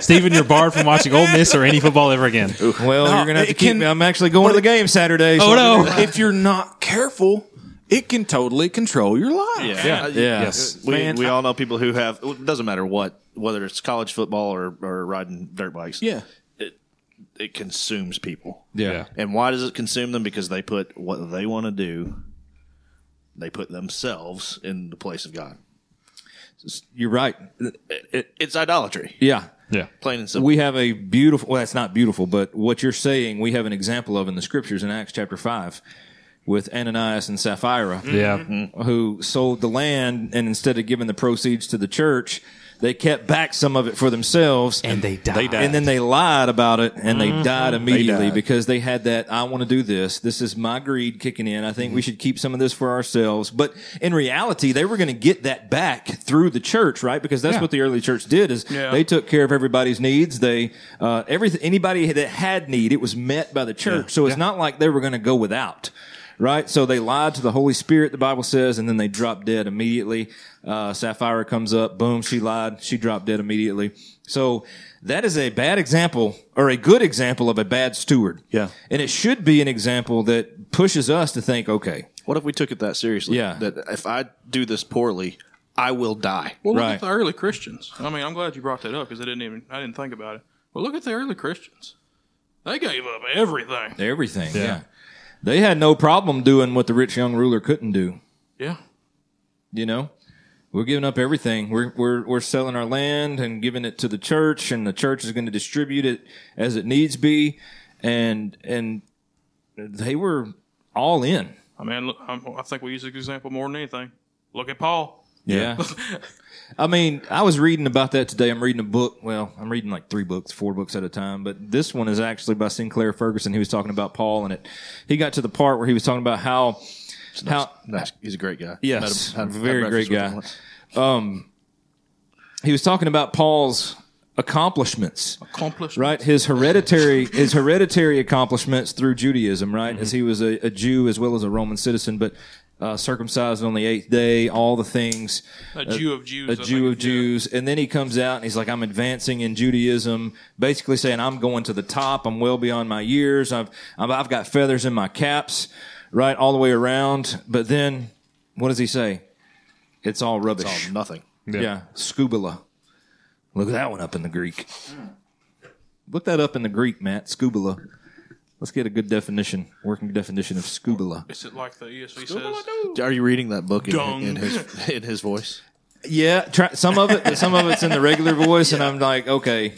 Speaker 5: Steven, you're barred from watching Ole Miss or any football ever again.
Speaker 1: well, you're gonna have to
Speaker 6: it
Speaker 1: keep
Speaker 6: can-
Speaker 1: me. I'm actually going to the game Saturday. so-
Speaker 6: if you're not careful, it can totally control your life.
Speaker 8: yeah.
Speaker 1: Yeah.
Speaker 8: We, we all know people who have. It doesn't matter what, whether it's college football or, or riding dirt bikes.
Speaker 6: Yeah.
Speaker 8: it consumes people.
Speaker 1: Yeah.
Speaker 8: And why does it consume them? Because they put what they want to do, they put themselves in the place of God.
Speaker 1: You're right.
Speaker 8: It, it- it's idolatry,
Speaker 1: Yeah.
Speaker 5: Yeah.
Speaker 8: plain and simple.
Speaker 1: We have a beautiful, well, that's not beautiful, but what you're saying, we have an example of in the scriptures in Acts chapter 5 with Ananias and Sapphira.
Speaker 6: Mm.
Speaker 5: Yeah.
Speaker 1: who sold the land and instead of giving the proceeds to the church, they kept back some of it for themselves. And they died.
Speaker 6: died.
Speaker 1: And then they lied about it and they died immediately
Speaker 6: died.
Speaker 1: because they had that, I want to do this. This is my greed kicking in. I think we should keep some of this for ourselves. But in reality, they were going to get that back through the church, right? Because that's what the early church did is
Speaker 7: Yeah.
Speaker 1: they took care of everybody's needs. They, uh, everything, anybody that had need, it was met by the church. So it's not like they were going to go without right? So they lied to the Holy Spirit, the Bible says, and then they dropped dead immediately. Uh, Sapphira comes up, boom, she lied, she dropped dead immediately. So that is a bad example or a good example of a bad steward.
Speaker 6: Yeah.
Speaker 1: And it should be an example that pushes us to think, okay,
Speaker 8: what if we took it that seriously?
Speaker 1: Yeah.
Speaker 8: That if I do this poorly, I will die.
Speaker 7: Well, look
Speaker 1: Right.
Speaker 7: at the early Christians. I mean, I'm glad you brought that up because I didn't even I didn't think about it. But look at the early Christians. They gave up everything.
Speaker 1: everything. Yeah. They had no problem doing what the rich young ruler couldn't do,
Speaker 7: Yeah.
Speaker 1: you know? We're giving up everything. We're, we're, we're selling our land and giving it to the church and the church is going to distribute it as it needs be. And, and they were all in.
Speaker 7: I mean, look, I'm, I think we use this example more than anything. Look at Paul.
Speaker 1: Yeah. I mean, I was reading about that today. I'm reading a book. Well, I'm reading like three books, four books at a time, but this one is actually by Sinclair Ferguson. He was talking about Paul and it, he got to the part where he was talking about how, how,
Speaker 8: Nice. He's a great guy.
Speaker 1: Yes,
Speaker 8: Met him- had- had
Speaker 1: very
Speaker 8: breakfast
Speaker 1: great
Speaker 8: with him
Speaker 1: guy. Um,
Speaker 8: once.
Speaker 1: he was talking about Paul's accomplishments.
Speaker 7: Accomplished.
Speaker 1: right his hereditary his
Speaker 8: Mm-hmm.
Speaker 1: hereditary accomplishments through judaism right as he was a, a jew as well as a roman citizen but uh, circumcised on the eighth day, all the things.
Speaker 7: A Jew of Jews,
Speaker 1: A
Speaker 7: I think
Speaker 1: Jew of
Speaker 7: is good.
Speaker 1: Jews. And then he comes out and he's like, I'm advancing in Judaism, basically saying, I'm going to the top. I'm well beyond my years. I've, I've, I've got feathers in my caps, right? All the way around. But then what does he say? It's all rubbish.
Speaker 4: Oh, nothing.
Speaker 1: yeah. Scubula. Look that one up in the Greek. Look that up in the Greek, Matt. Scubula. Let's get a good definition, working definition of scubula.
Speaker 7: Is it like the ESV says?
Speaker 4: Are you reading that book in,
Speaker 7: Dung.
Speaker 4: in his in his voice?
Speaker 1: Yeah, try, some of it, some of it's in the regular voice, and I'm like, okay,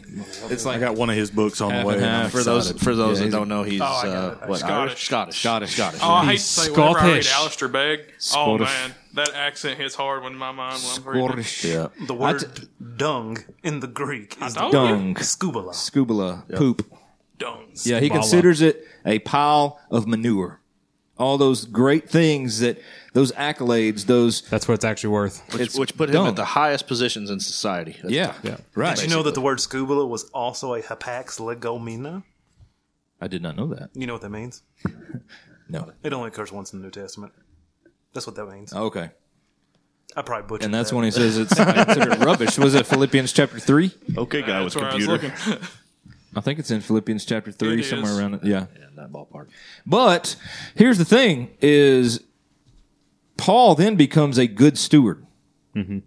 Speaker 1: it's
Speaker 6: I
Speaker 1: like
Speaker 6: got one of his books on
Speaker 1: Half
Speaker 6: the way.
Speaker 1: and half.
Speaker 6: I'm
Speaker 4: For those
Speaker 6: excited.
Speaker 4: for
Speaker 1: Yeah,
Speaker 4: those that
Speaker 1: he's-
Speaker 4: don't know, he's
Speaker 7: I got
Speaker 4: uh,
Speaker 7: it.
Speaker 4: what
Speaker 7: Scottish.
Speaker 4: Irish? Scottish,
Speaker 1: Scottish, Scottish.
Speaker 7: Oh, I hate to
Speaker 3: He's
Speaker 7: say it. Whenever I read
Speaker 3: Scottish.
Speaker 7: Alistair Begg, oh
Speaker 1: Scottish.
Speaker 7: man, that accent hits hard when my mind when I'm reading. it.
Speaker 1: Scottish.
Speaker 2: The word dung in the Greek is
Speaker 7: told
Speaker 2: the
Speaker 1: Dung.
Speaker 2: scubula.
Speaker 1: Scubula. Poop.
Speaker 7: Dungs.
Speaker 1: Yeah, he considers it a pile of manure. All those great things that, those accolades, those.
Speaker 5: That's what it's actually worth.
Speaker 4: Which, which put him
Speaker 1: dung.
Speaker 4: at the highest positions in society. That's
Speaker 1: Yeah, right.
Speaker 2: Did you know that the word scubula was also a hapax legomena?
Speaker 1: I did not know that.
Speaker 2: You know what that means?
Speaker 1: No.
Speaker 2: It only occurs once in the New Testament. That's what that means.
Speaker 1: Okay.
Speaker 2: I probably butchered
Speaker 1: Oh. And that's
Speaker 2: that.
Speaker 1: when he says it's considered rubbish. Was it Philippians chapter 3?
Speaker 4: Okay, guy with
Speaker 7: That's where I was
Speaker 4: computer.
Speaker 7: looking.
Speaker 1: I think it's in Philippians chapter 3,
Speaker 7: It
Speaker 1: somewhere
Speaker 7: is.
Speaker 1: around it. Yeah.
Speaker 4: in that ballpark.
Speaker 1: But here's the thing: is Paul then becomes a good steward.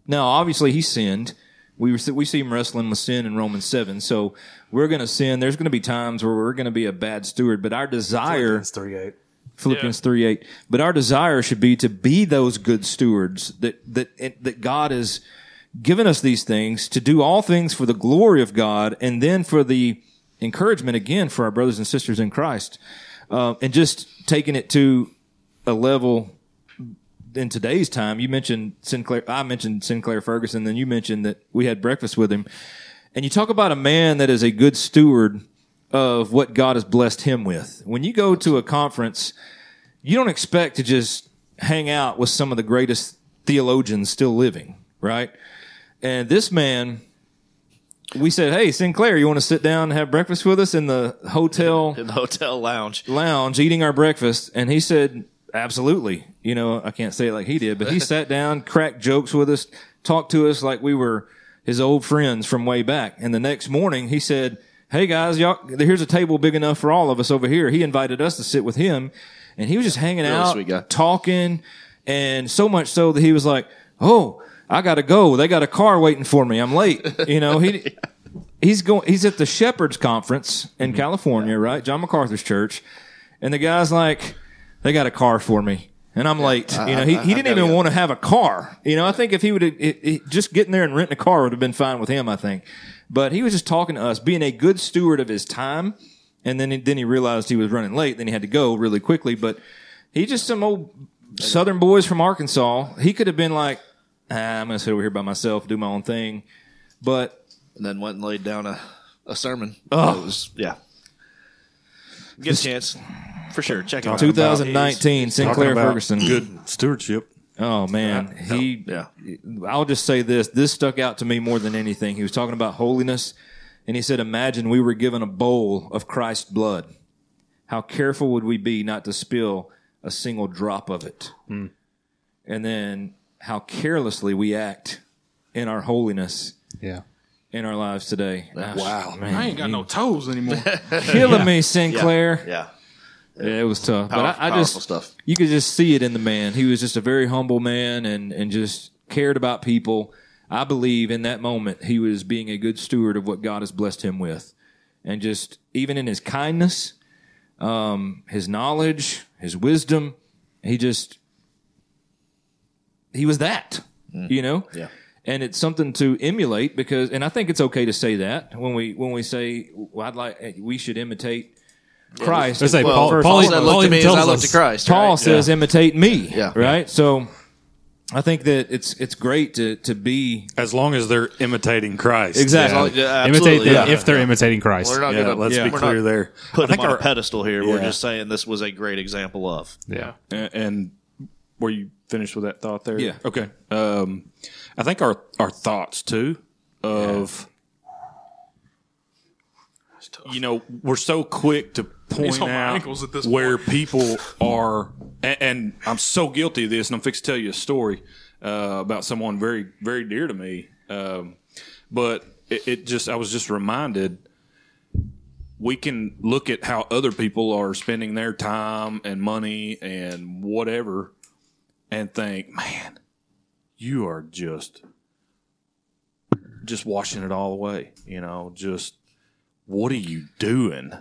Speaker 1: Now, obviously, he sinned. We were, we see him wrestling with sin in Romans seven. So we're going to sin. There's going to be times where we're going to be a bad steward. But our desire,
Speaker 2: Philippians 3:8.
Speaker 1: Philippians three eight. But our desire should be to be those good stewards that that that God has given us these things to do all things for the glory of God, and then for the encouragement again for our brothers and sisters in Christ, uh, and just taking it to a level in today's time. You mentioned Sinclair. I mentioned Sinclair Ferguson. Then you mentioned that we had breakfast with him, and you talk about a man that is a good steward of what God has blessed him with. When you go to a conference, you don't expect to just hang out with some of the greatest theologians still living, right? And this man, we said, "Hey, Sinclair, you want to sit down and have breakfast with us in the hotel?"
Speaker 4: In the hotel lounge.
Speaker 1: lounge eating our breakfast, and he said, "Absolutely." You know, I can't say it like he did, but he sat down, cracked jokes with us, talked to us like we were his old friends from way back. And the next morning, he said, "Hey guys, y'all, here's a table big enough for all of us over here." He invited us to sit with him, and he was just hanging out,
Speaker 4: sweet guy.
Speaker 1: talking, and so much so that he was like, "Oh." I gotta go. They got a car waiting for me. I'm late. You know, he he's going he's at the Shepherds conference in California, right? John MacArthur's church. And the guy's like, they got a car for me. And I'm late. you know, he, he didn't even want to have a car. You know, I think if he would have just getting there and renting a car would have been fine with him, I think. But he was just talking to us, being a good steward of his time. And then he, then he realized he was running late. Then he had to go really quickly. But he just some old Southern boys from Arkansas. He could have been like, ah, I'm going to sit over here by myself, do my own thing. But
Speaker 4: and then went and laid down a, a sermon. Oh, was, yeah. Get a chance for sure. Check it out.
Speaker 1: 2019
Speaker 6: Talking
Speaker 1: Sinclair
Speaker 6: about
Speaker 1: Ferguson.
Speaker 6: Good stewardship.
Speaker 1: Oh man, he.
Speaker 4: Yeah.
Speaker 1: I'll just say this. This stuck out to me more than anything. He was talking about holiness, and he said, "Imagine we were given a bowl of Christ's blood. How careful would we be not to spill a single drop of it?
Speaker 6: Hmm.
Speaker 1: And then how carelessly we act in our holiness."
Speaker 5: Yeah.
Speaker 1: In our lives today, wow, man,
Speaker 7: I ain't got no toes anymore.
Speaker 1: killing me, Sinclair.
Speaker 4: Yeah.
Speaker 1: Yeah, it was tough. but I, I
Speaker 4: Powerful-
Speaker 1: just
Speaker 4: powerful stuff.
Speaker 1: you could just see it in the man. He was just a very humble man and and just cared about people. I believe in that moment he was being a good steward of what God has blessed him with, and just even in his kindness, um, his knowledge, his wisdom, he just he was that. You know.
Speaker 4: Mm. Yeah.
Speaker 1: And it's something to emulate because, and I think it's okay to say that when we when we say, well, "I'd like eh, we should imitate Christ."
Speaker 5: Let's say
Speaker 4: Well,
Speaker 5: Paul,
Speaker 4: first,
Speaker 5: Paul,
Speaker 4: all that
Speaker 5: Paul
Speaker 4: looked to
Speaker 5: even
Speaker 4: me as
Speaker 5: tells
Speaker 4: I looked
Speaker 5: us-
Speaker 4: to Christ.
Speaker 1: Paul
Speaker 4: right?
Speaker 1: says, "Imitate me."
Speaker 4: Yeah.
Speaker 1: Right. So, I think that it's it's great to to be
Speaker 6: As long as they're imitating Christ.
Speaker 1: exactly.
Speaker 4: Oh, Yeah,
Speaker 5: imitate
Speaker 4: absolutely,
Speaker 5: them
Speaker 4: yeah.
Speaker 5: if they're imitating Christ.
Speaker 4: We're not
Speaker 6: Yeah,
Speaker 4: gonna,
Speaker 6: let's
Speaker 1: yeah.
Speaker 6: be
Speaker 1: We're
Speaker 6: clear
Speaker 4: not
Speaker 6: there.
Speaker 4: put them on
Speaker 6: our-
Speaker 4: a pedestal here. We're
Speaker 6: Yeah.
Speaker 4: just saying this was a great example of.
Speaker 5: yeah.
Speaker 6: A- and were you finished with that thought there?
Speaker 1: Yeah.
Speaker 6: Okay. Um, I think our our thoughts too of
Speaker 7: tough.
Speaker 6: you know, we're so quick to point
Speaker 7: on my
Speaker 6: out
Speaker 7: ankles at this
Speaker 6: where people are, and, and I'm so guilty of this. And I'm fixed to tell you a story uh, about someone very, very dear to me. Um, but it, it just, I was just reminded we can look at how other people are spending their time and money and whatever and think, man, you are just just washing it all away, you know, just what are you doing?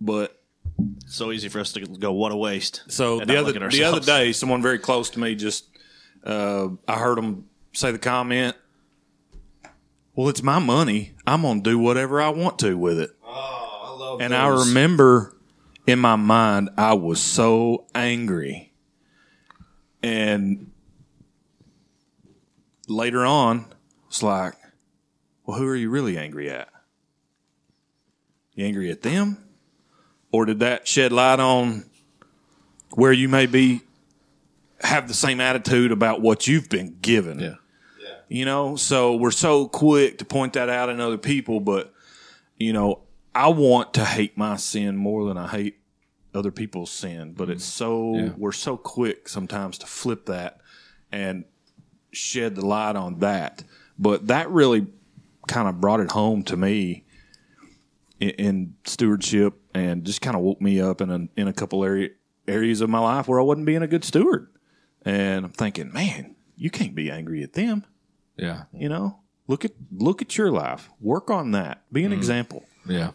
Speaker 6: But
Speaker 4: so easy for us to go. What a waste.
Speaker 6: so
Speaker 4: And
Speaker 6: the
Speaker 4: not
Speaker 6: other
Speaker 4: look at
Speaker 6: the other
Speaker 4: ourselves.
Speaker 6: day, someone very close to me just uh, I heard him say the comment. Well, it's my money. I'm gonna do whatever I want to with it. Oh, I love. And I remember in my mind, I was so angry. And later on, it's like, well, who are you really angry at? You angry at them, or did that shed light on? where you may be have the same attitude about what you've been given.
Speaker 4: Yeah.
Speaker 6: You know, so we're so quick to point that out in other people, but you know, I want to hate my sin more than I hate other people's sin, but it's so we're so quick sometimes to flip that and shed the light on that. But that really kind of brought it home to me in, in stewardship and just kind of woke me up in a, in a couple area, areas of my life where I wasn't being a good steward. And I'm thinking, man, you can't be angry at them.
Speaker 1: Yeah.
Speaker 6: You know, look at look at your life. Work on that. Be an
Speaker 1: Mm-hmm.
Speaker 6: example.
Speaker 1: Yeah.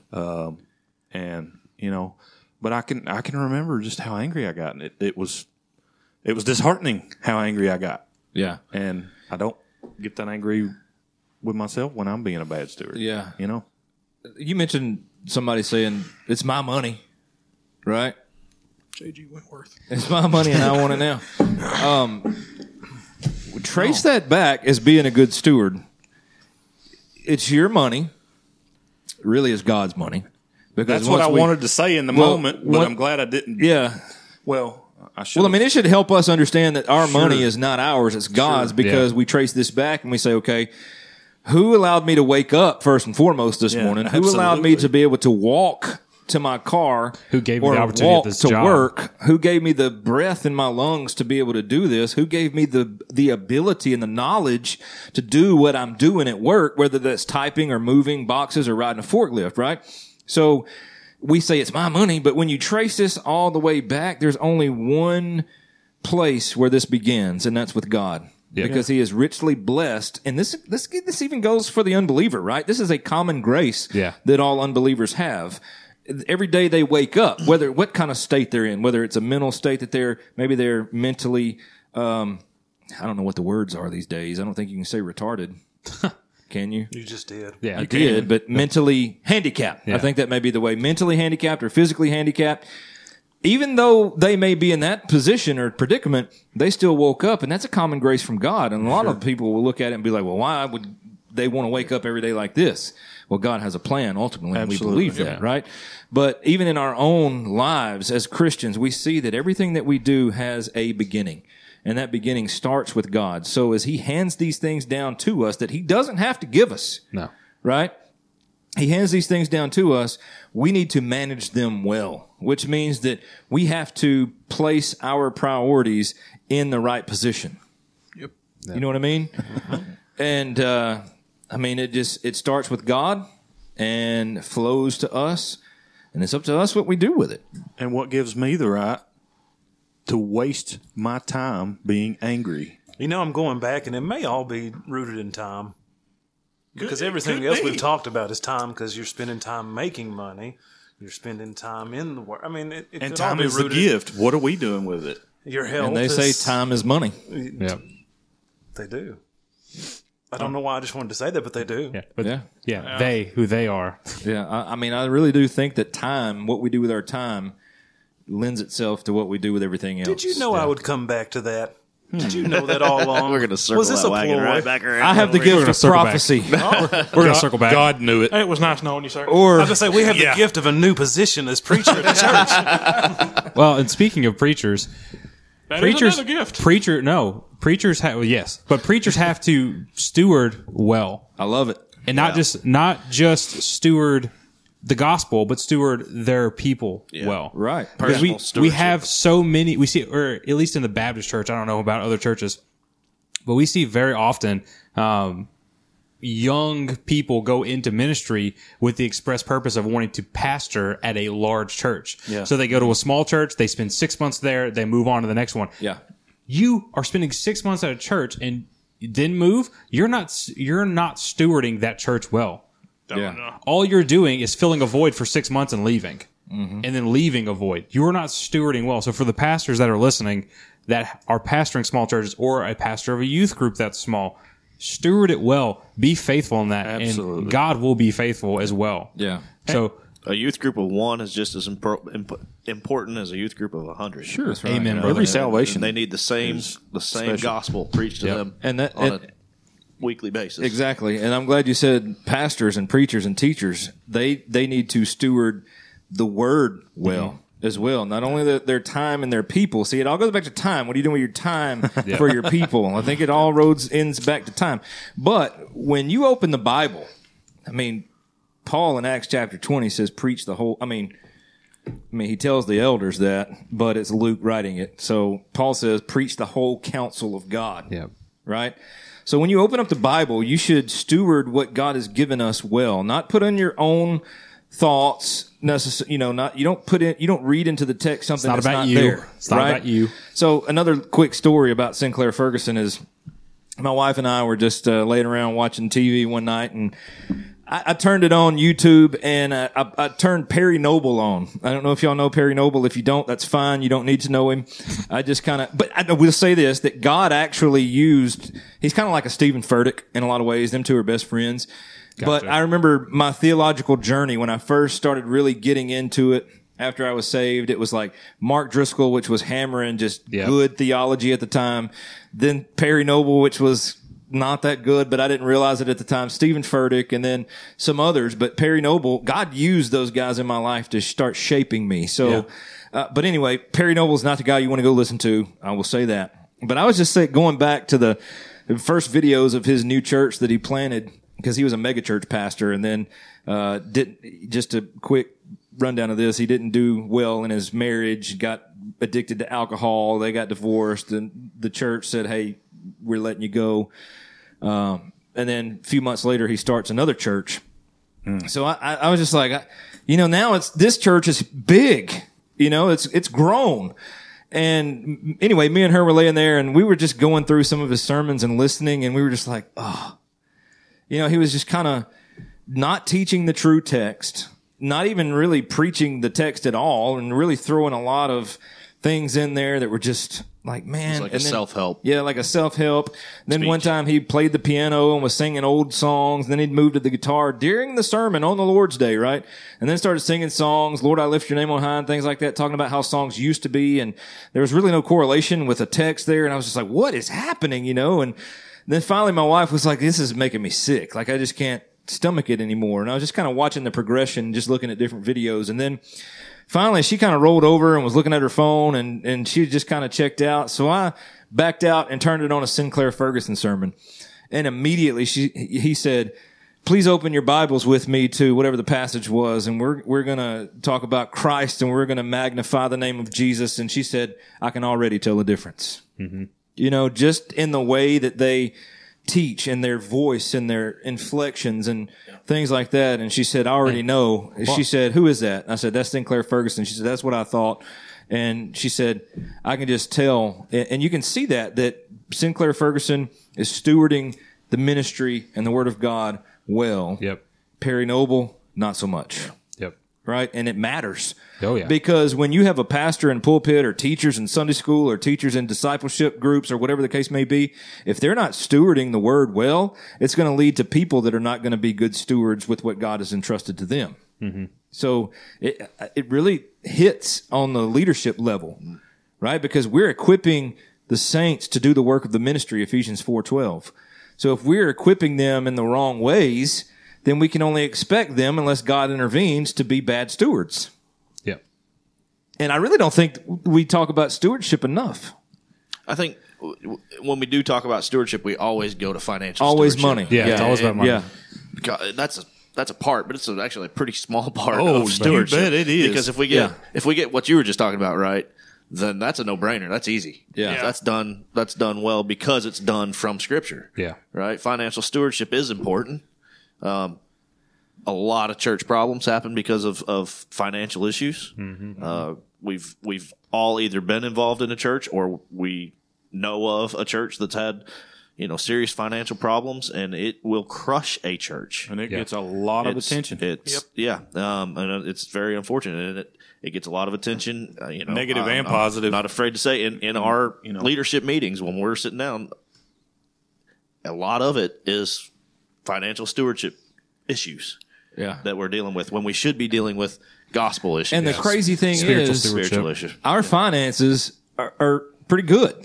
Speaker 6: And you know, but I can I can remember just how angry I got, and it, it was it was disheartening how angry I got.
Speaker 1: Yeah.
Speaker 6: And I don't get that angry with myself when I'm being a bad steward.
Speaker 1: Yeah.
Speaker 6: you know.
Speaker 1: You mentioned somebody saying, it's my money, right?
Speaker 7: J.G. Wentworth.
Speaker 1: It's my money and I want it now. Um, trace that back as being a good steward. It's your money. It really is God's money. Because
Speaker 6: That's what I
Speaker 1: once we-
Speaker 6: wanted to say in the
Speaker 1: Well,
Speaker 6: moment, but
Speaker 1: what-
Speaker 6: I'm glad I didn't.
Speaker 1: Yeah.
Speaker 6: Well, I should.
Speaker 1: Well, I mean, it should help us understand that our money is not ours; it's God's. Because we trace this back and we say, okay, who allowed me to wake up first and foremost this morning? Who allowed me
Speaker 6: absolutely.
Speaker 1: to be able to walk to my car?
Speaker 5: Who gave me
Speaker 1: or
Speaker 5: the opportunity at
Speaker 1: walk
Speaker 5: this
Speaker 1: to
Speaker 5: job?
Speaker 1: work? Who gave me the breath in my lungs to be able to do this? Who gave me the the ability and the knowledge to do what I'm doing at work? Whether that's typing or moving boxes or riding a forklift, right? So we say it's my money, but when you trace this all the way back, there's only one place where this begins, and that's with God. Because he is richly blessed. And this, this, this even goes for the unbeliever, right? This is a common grace
Speaker 5: Yeah.
Speaker 1: that all unbelievers have. Every day they wake up, whether what kind of state they're in, whether it's a mental state that they're, maybe they're mentally, um, I don't know what the words are these days. I don't think you can say retarded. can you?
Speaker 2: You just did.
Speaker 5: Yeah,
Speaker 1: I did, but mentally handicapped. I think that may be the way mentally handicapped or physically handicapped. Even though they may be in that position or predicament, they still woke up, and that's a common grace from God. And a lot of people will look at it and be like, "Well, why would they want to wake up every day like this?" Well, God has a plan ultimately, and we believe that, right? But even in our own lives as Christians, we see that everything that we do has a beginning. And that beginning starts with God. So as He hands these things down to us that He doesn't have to give us,
Speaker 5: No.
Speaker 1: right? He hands these things down to us. We need to manage them well, which means that we have to place our priorities in the right position.
Speaker 7: Yep.
Speaker 1: You know what I mean? and uh, I mean it just it starts with God and flows to us, and it's up to us what we do with it.
Speaker 6: and what gives me the right to waste my time being angry?
Speaker 2: You know, I'm going back, and it may all be rooted in time. Because everything else we've talked about is time, because you're spending time making money. You're spending time in the work. I mean, it, it
Speaker 6: And
Speaker 2: could all
Speaker 6: time
Speaker 2: be
Speaker 6: is the
Speaker 2: rooted-
Speaker 6: gift. What are we doing with it?
Speaker 2: Your health.
Speaker 1: And they say
Speaker 2: is-
Speaker 1: time is money.
Speaker 5: Yeah.
Speaker 2: They do. I don't know why I just wanted to say that, but they do.
Speaker 5: Yeah. But
Speaker 1: Yeah.
Speaker 5: yeah. They, who they are.
Speaker 1: Yeah, I, I mean, I really do think that time, what we do with our time, lends itself to what we do with everything else.
Speaker 2: Did you know I would come back to that? Did you know that all along?
Speaker 4: We're gonna circle
Speaker 2: Was this
Speaker 4: that
Speaker 2: a
Speaker 4: wagon
Speaker 2: ploy?
Speaker 4: right back around.
Speaker 1: I have the
Speaker 5: We're
Speaker 1: gift
Speaker 5: gonna
Speaker 1: of
Speaker 5: circle back.
Speaker 1: prophecy.
Speaker 5: We're going to circle back.
Speaker 6: God knew it.
Speaker 7: Hey, it was nice knowing you, sir.
Speaker 1: Or
Speaker 2: I was gonna say we have the gift of a new position as preacher at the church.
Speaker 5: Well, and speaking of preachers,
Speaker 7: That is
Speaker 5: preachers,
Speaker 7: another gift.
Speaker 5: preacher, no, preachers have, yes, but preachers have to steward well.
Speaker 1: I love it.
Speaker 3: and not just not just steward the gospel, but steward their people well.
Speaker 1: Right.
Speaker 3: Because
Speaker 4: Personal
Speaker 3: we, we
Speaker 4: stewardship.
Speaker 3: have so many we see, or at least in the Baptist church, I don't know about other churches, but we see very often um, young people go into ministry with the express purpose of wanting to pastor at a large church. So they go to a small church, they spend six months there, they move on to the next one
Speaker 1: Yeah.
Speaker 3: you are spending six months at a church and you didn't move you're not you're not stewarding that church well
Speaker 1: Yeah.
Speaker 3: all you're doing is filling a void for six months and leaving and then leaving a void you're not stewarding well so for the pastors that are listening that are pastoring small churches or a pastor of a youth group that's small steward it well be faithful in that
Speaker 6: Absolutely.
Speaker 3: and god will be faithful as well
Speaker 1: Yeah.
Speaker 3: so
Speaker 4: A youth group of one is just as impor- imp- important as a youth group of a hundred. Sure,
Speaker 1: That's right.
Speaker 3: amen brother.
Speaker 6: Every salvation.
Speaker 4: They need the same the same gospel preached to them
Speaker 1: And that-
Speaker 4: on
Speaker 1: and-
Speaker 4: a weekly basis.
Speaker 1: Exactly, and I'm glad you said pastors and preachers and teachers. They they need to steward the word well as well. Not only their, their time and their people. See, it all goes back to time. What are you doing with your time for your people? I think it all roads ends back to time. But when you open the Bible, I mean, Paul in Acts chapter 20 says, "Preach the whole." I mean. I mean, he tells the elders that, but it's Luke writing it. So Paul says, preach the whole counsel of God. Yeah. Right? So when you open up the Bible, you should steward what God has given us well, not put in your own thoughts necessarily, you know, not, you don't put in, you don't read into the text something
Speaker 3: not
Speaker 1: that's
Speaker 3: about
Speaker 1: not
Speaker 3: you.
Speaker 1: there.
Speaker 3: It's not
Speaker 1: right?
Speaker 3: about you.
Speaker 1: So another quick story about Sinclair Ferguson is my wife and I were just uh, laying around watching TV one night and I, I turned it on YouTube and uh, I, I turned Perry Noble on. I don't know if y'all know Perry Noble. If you don't, that's fine. You don't need to know him. I just kind of, but I will say this, that God actually used, he's kind of like a Stephen Furtick in a lot of ways. Them two are best friends. But I remember my theological journey when I first started really getting into it after I was saved. It was like Mark Driscoll, which was hammering just good theology at the time. Then Perry Noble, which was not that good, but I didn't realize it at the time. Stephen Furtick and then some others, but Perry Noble, God used those guys in my life to start shaping me. So, uh, but anyway, Perry Noble's not the guy you want to go listen to. I will say that. But I was just say, going back to the first videos of his new church that he planted because he was a megachurch pastor and then uh, did just a quick rundown of this. He didn't do well in his marriage, got addicted to alcohol. They got divorced, and the church said, "Hey, we're letting you go." Um, and then a few months later, he starts another church. So I, I, I was just like, I, you know, now it's this church is big. You know, it's it's grown. And m- anyway, me and her were laying there, and we were just going through some of his sermons and listening, and we were just like, oh, you know, he was just kind of not teaching the true text, not even really preaching the text at all, and really throwing a lot of things in there that were just like, man,
Speaker 4: like
Speaker 1: and
Speaker 4: a
Speaker 1: then-
Speaker 4: self-help.
Speaker 1: yeah, like a self help. Then one time he played the piano and was singing old songs. Then he'd moved to the guitar during the sermon on the Lord's Day, right? And then started singing songs, Lord, I lift your name on high, and things like that, talking about how songs used to be. And there was really no correlation with a text there. And I was just like, what is happening, you know? And then finally my wife was like, this is making me sick. Like I just can't stomach it anymore. And I was just kind of watching the progression, just looking at different videos. And then finally she kind of rolled over and was looking at her phone and, and she just kind of checked out. So I backed out and turned it on a Sinclair Ferguson sermon. And immediately she, he said, please open your Bibles with me to whatever the passage was. And we're, we're going to talk about Christ and we're going to magnify the name of Jesus. And she said, I can already tell the difference you know, just in the way that they teach and their voice and their inflections and things like that. And she said, I already know. She said, Who is that? I said, That's Sinclair Ferguson. She said, That's what I thought. And she said, I can just tell. And and you can see that, that Sinclair Ferguson is stewarding the ministry and the word of God well.
Speaker 3: Yep.
Speaker 1: Perry Noble, not so much
Speaker 3: yep
Speaker 1: right? And it matters.
Speaker 3: Oh, yeah.
Speaker 1: Because when you have a pastor in pulpit or teachers in Sunday school or teachers in discipleship groups or whatever the case may be, if they're not stewarding the word well, it's going to lead to people that are not going to be good stewards with what God has entrusted to them.
Speaker 3: Mm-hmm.
Speaker 1: So it it really hits on the leadership level, right? Because we're equipping the saints to do the work of the ministry, Ephesians four twelve. So if we're equipping them in the wrong ways, then we can only expect them, unless God intervenes, to be bad stewards.
Speaker 3: yep
Speaker 1: And I really don't think we talk about stewardship enough.
Speaker 4: I think w- w- when we do talk about stewardship, we always go to financial.
Speaker 1: Always
Speaker 4: stewardship.
Speaker 1: money. Yeah,
Speaker 3: it's always about money.
Speaker 1: Yeah.
Speaker 4: God, that's a that's a part, but it's a- actually a pretty small part
Speaker 6: Oh,
Speaker 4: of
Speaker 6: you
Speaker 4: stewardship.
Speaker 6: bet it is.
Speaker 4: because if we get if we get what you were just talking about right, then that's a no brainer. That's easy.
Speaker 1: Yeah. Yeah.
Speaker 4: that's done. That's done well because it's done from Scripture.
Speaker 3: Yeah.
Speaker 4: right. Financial stewardship is important. Um, a lot of church problems happen because of of financial issues.
Speaker 6: Hmm.
Speaker 4: Uh, we've we've all either been involved in a church or we know of a church that's had you know serious financial problems, and it will crush a church.
Speaker 6: and it gets a lot of attention.
Speaker 4: It's yeah, um, and it's very unfortunate, and it it gets a lot of attention. Uh, you know,
Speaker 6: Negative
Speaker 4: I'm-
Speaker 6: and
Speaker 4: I'm
Speaker 6: positive.
Speaker 4: Not afraid to say in in our leadership meetings when we're sitting down, a lot of it is financial stewardship issues
Speaker 1: Yeah.
Speaker 4: that we're dealing with when we should be dealing with gospel issues
Speaker 1: And the crazy thing is,
Speaker 4: spiritual issues.
Speaker 1: our finances are, are pretty good.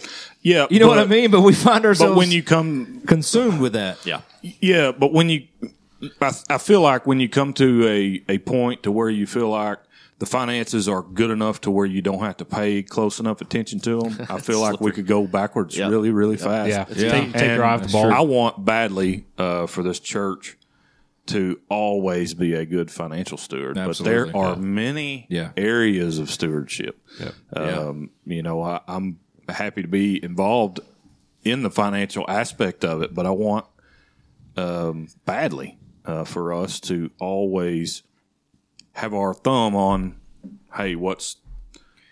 Speaker 6: yeah,
Speaker 1: You know what
Speaker 6: but-
Speaker 1: I mean? But we find ourselves
Speaker 6: But when you come
Speaker 1: consumed with that.
Speaker 4: Yeah,
Speaker 6: Yeah, but when you, I, I feel like when you come to a, a point to where you feel like the finances are good enough to where you don't have to pay close enough attention to them, I feel like we could go backwards
Speaker 4: Yep.
Speaker 6: really, really fast.
Speaker 3: Yeah.
Speaker 6: yeah.
Speaker 3: Take, take her off the ball.
Speaker 6: I want badly uh, for this church to always be a good financial steward,
Speaker 1: Absolutely,
Speaker 6: but there are
Speaker 1: yeah.
Speaker 6: many
Speaker 1: Yeah.
Speaker 6: areas of stewardship. Um, You know, I, I'm happy to be involved in the financial aspect of it, but I want um, badly uh, for us to always have our thumb on, hey, what's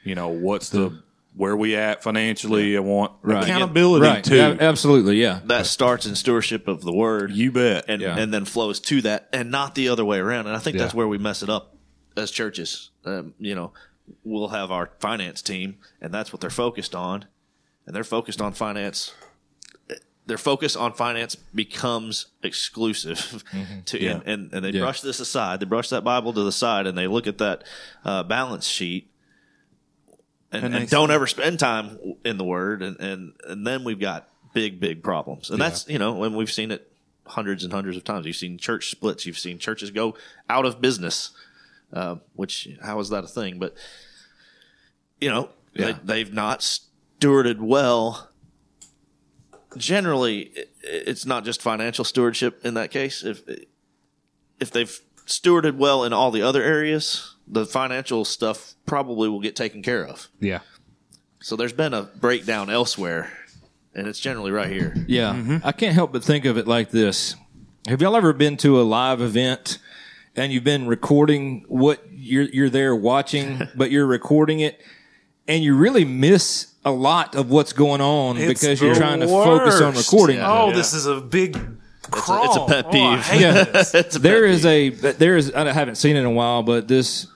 Speaker 6: you know, what's the where we at financially? I want accountability
Speaker 1: Right.
Speaker 6: too.
Speaker 1: Yeah, absolutely. Yeah.
Speaker 4: that starts in stewardship of the word.
Speaker 6: you bet.
Speaker 4: and
Speaker 1: Yeah.
Speaker 4: and then flows to that, and not the other way around. And I think that's
Speaker 3: Yeah.
Speaker 4: where we mess it up as churches. Um, you know, we'll have our finance team, and that's what they're focused on, and they're focused on finance. Their focus on finance becomes exclusive
Speaker 6: Mm-hmm.
Speaker 4: to, and, and, and they brush this aside. They brush that Bible to the side, and they look at that uh, balance sheet, and, and, don't ever spend time in the Word, and, and and then we've got big, big problems. And that's you know, and we've seen it hundreds and hundreds of times. You've seen church splits. You've seen churches go out of business, uh, which how is that a thing? But you know, they, they've not stewarded well. Generally, i- it's not just financial stewardship in that case. If if they've stewarded well in all the other areas, the financial stuff probably will get taken care of.
Speaker 3: Yeah.
Speaker 4: So there's been a breakdown elsewhere, and it's generally right here.
Speaker 1: Yeah. I can't help but think of it like this. Have y'all ever been to a live event and you've been recording what you're you're there watching, but you're recording it and you really miss a lot of what's going on
Speaker 2: It's
Speaker 1: because you're
Speaker 2: the
Speaker 1: trying to focus on
Speaker 2: worst.
Speaker 1: recording.
Speaker 2: Oh, this is a big crawl.
Speaker 4: it's a pet
Speaker 2: Oh, I
Speaker 4: peeve.
Speaker 2: hate this.
Speaker 4: That's a
Speaker 1: There
Speaker 4: pet
Speaker 1: is
Speaker 4: peeve.
Speaker 1: a there is I haven't seen it in a while, but this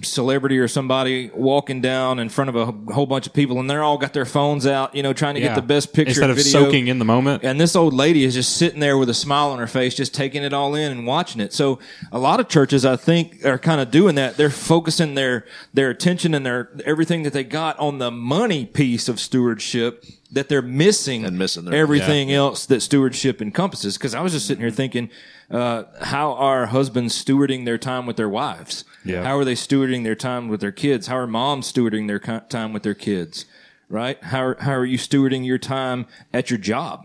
Speaker 1: celebrity or somebody walking down in front of a whole bunch of people, and they're all got their phones out, you know, trying to
Speaker 3: Yeah.
Speaker 1: get the best picture
Speaker 3: Instead of
Speaker 1: video.
Speaker 3: soaking in the moment.
Speaker 1: And this old lady is just sitting there with a smile on her face, just taking it all in and watching it. So a lot of churches, I think, are kind of doing that. They're focusing their their attention and their everything that they got on the money piece of stewardship that they're missing
Speaker 4: And missing their-
Speaker 1: everything else that stewardship encompasses. Because I was just sitting here thinking, uh, how are husbands stewarding their time with their wives?
Speaker 3: Yeah.
Speaker 1: How are they stewarding their time with their kids? How are moms stewarding their co- time with their kids? Right? How are, how are you stewarding your time at your job?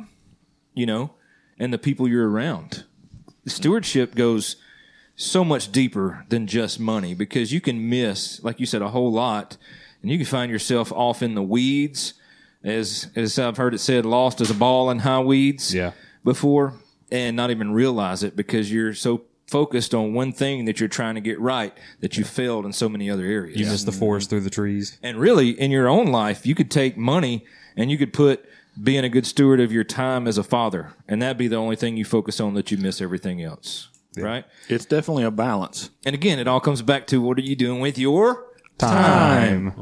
Speaker 1: you know, and the people you're around. Stewardship goes so much deeper than just money because you can miss, like you said, a whole lot, and you can find yourself off in the weeds, as as I've heard it said, lost as a ball in high weeds.
Speaker 3: Yeah.
Speaker 1: Before, and not even realize it because you're so focused on one thing that you're trying to get right that you failed in so many other areas.
Speaker 3: You miss the forest through the trees.
Speaker 1: And really, in your own life, you could take money and you could put being a good steward of your time as a father, and that'd be the only thing you focus on that you miss everything else, right?
Speaker 6: It's definitely a balance.
Speaker 1: And again, it all comes back to what are you doing with your
Speaker 3: Time.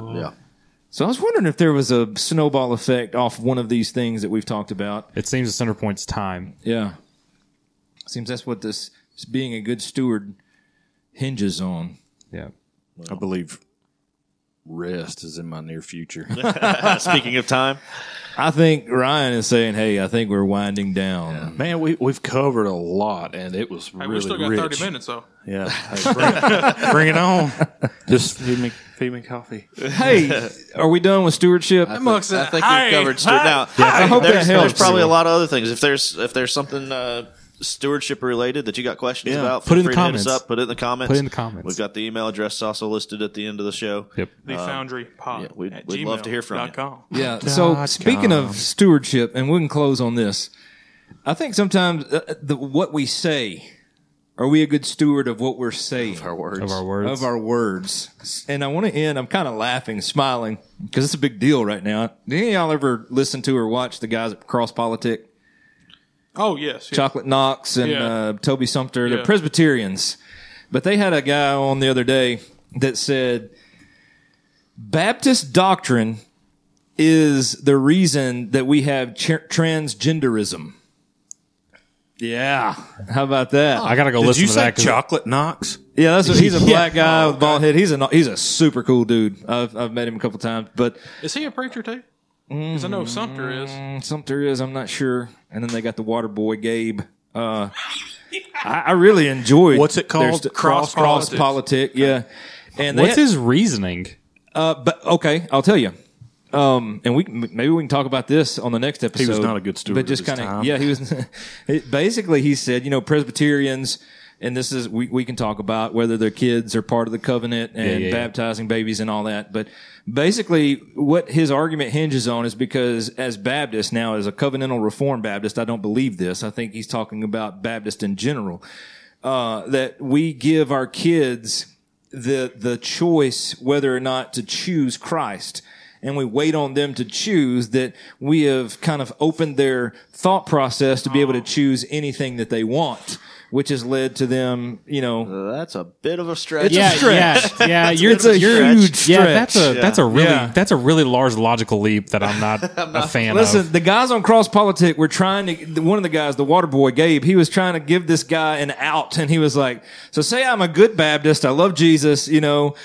Speaker 1: so I was wondering if there was a snowball effect off one of these things that we've talked about.
Speaker 3: It seems the center point's time.
Speaker 1: Yeah. Seems that's what this being a good steward hinges on.
Speaker 3: Yeah.
Speaker 6: I believe rest is in my near future.
Speaker 4: Speaking of time,
Speaker 1: I think Ryan is saying, "Hey, I think we're winding down."
Speaker 6: Man, we we've covered a lot, and it was
Speaker 7: Hey,
Speaker 6: really
Speaker 7: we still got
Speaker 6: rich.
Speaker 7: 30 minutes, though.
Speaker 6: Yeah, Hey, bring, it, bring it on. Just feed me, feed me coffee.
Speaker 1: Hey, are we done with stewardship?
Speaker 4: I think we've covered. Stu- now,
Speaker 1: I hope that helps.
Speaker 4: there's, there's probably a lot of other things. If there's if there's something uh, stewardship related that you got questions
Speaker 6: Yeah.
Speaker 4: about,
Speaker 3: Put
Speaker 4: feel
Speaker 3: in the
Speaker 4: free to hit us
Speaker 3: comments.
Speaker 4: up. Put it in the comments.
Speaker 3: Put it in the comments.
Speaker 4: We've got the email address also listed at the end of the show.
Speaker 3: Yep.
Speaker 7: The Foundry Pod.
Speaker 4: Uh, yeah, we'd- we'd love to hear from you.
Speaker 1: Yeah. So
Speaker 3: Dot
Speaker 1: speaking
Speaker 3: com.
Speaker 1: of stewardship, and we can close on this. I think sometimes uh, the, what we say, are we a good steward of what we're saying? Of our words.
Speaker 3: of our words.
Speaker 1: Of our words. And I want to end, I'm kind of laughing, smiling, because it's a big deal right now. Did any of y'all ever listen to or watch the guys at Cross Politic?
Speaker 7: Oh yes, yes.
Speaker 1: Chocolate Knox and
Speaker 7: Yeah.
Speaker 1: uh, Toby Sumter. They're
Speaker 7: Yeah.
Speaker 1: Presbyterians. But they had a guy on the other day that said Baptist doctrine is the reason that we have ch- transgenderism. Yeah. Oh, How about that?
Speaker 3: I gotta go
Speaker 6: Did
Speaker 3: listen
Speaker 6: you
Speaker 3: to
Speaker 6: say
Speaker 3: that. 'cause-
Speaker 6: chocolate Knox?
Speaker 1: Yeah, that's what, he's a black guy with bald head. He's a he's a super cool dude. I've I've met him a couple times, but
Speaker 7: Is he a preacher too? Because I know
Speaker 4: Mm-hmm.
Speaker 7: Sumter is.
Speaker 1: Sumter mm, is I'm not sure. And then they got the water boy Gabe. Uh, I, I really enjoyed
Speaker 6: What's it
Speaker 1: their
Speaker 6: called?
Speaker 1: st-
Speaker 7: Cross
Speaker 1: cross
Speaker 7: Politics.
Speaker 1: politic. Yeah, and they
Speaker 3: What's
Speaker 1: had-
Speaker 3: his reasoning?
Speaker 1: Uh, but okay, I'll tell you. Um, and we can- maybe we can talk about this on the next episode.
Speaker 6: was not a good steward
Speaker 1: but
Speaker 6: of
Speaker 1: just
Speaker 6: his
Speaker 1: kind of
Speaker 6: time.
Speaker 1: yeah, he was. it, basically, he said, you know, Presbyterians, and this is we we can talk about whether their kids are part of the covenant and
Speaker 3: yeah, yeah.
Speaker 1: baptizing babies and all that. But basically, what his argument hinges on is because as Baptist now, as a covenantal reform Baptist, I don't believe this. I think he's talking about Baptist in general. Uh, that we give our kids the the choice whether or not to choose Christ. And we wait on them to choose that we have kind of opened their thought process to be
Speaker 3: Oh.
Speaker 1: able to choose anything that they want, which has led to them, you know,
Speaker 4: That's a bit of a stretch.
Speaker 1: It's a
Speaker 3: yeah,
Speaker 1: stretch.
Speaker 3: yeah, yeah. You're,
Speaker 1: it's a
Speaker 3: you're-
Speaker 1: huge
Speaker 3: Yeah,
Speaker 1: stretch.
Speaker 3: that's a that's a really
Speaker 1: Yeah.
Speaker 3: that's a really large logical leap that I'm not, a fan
Speaker 1: Listen,
Speaker 3: of.
Speaker 1: the guys on Cross Politic were trying to. the- One of the guys, the water boy Gabe, he was trying to give this guy an out, and he was like, "So say I'm a good Baptist, I love Jesus, you know."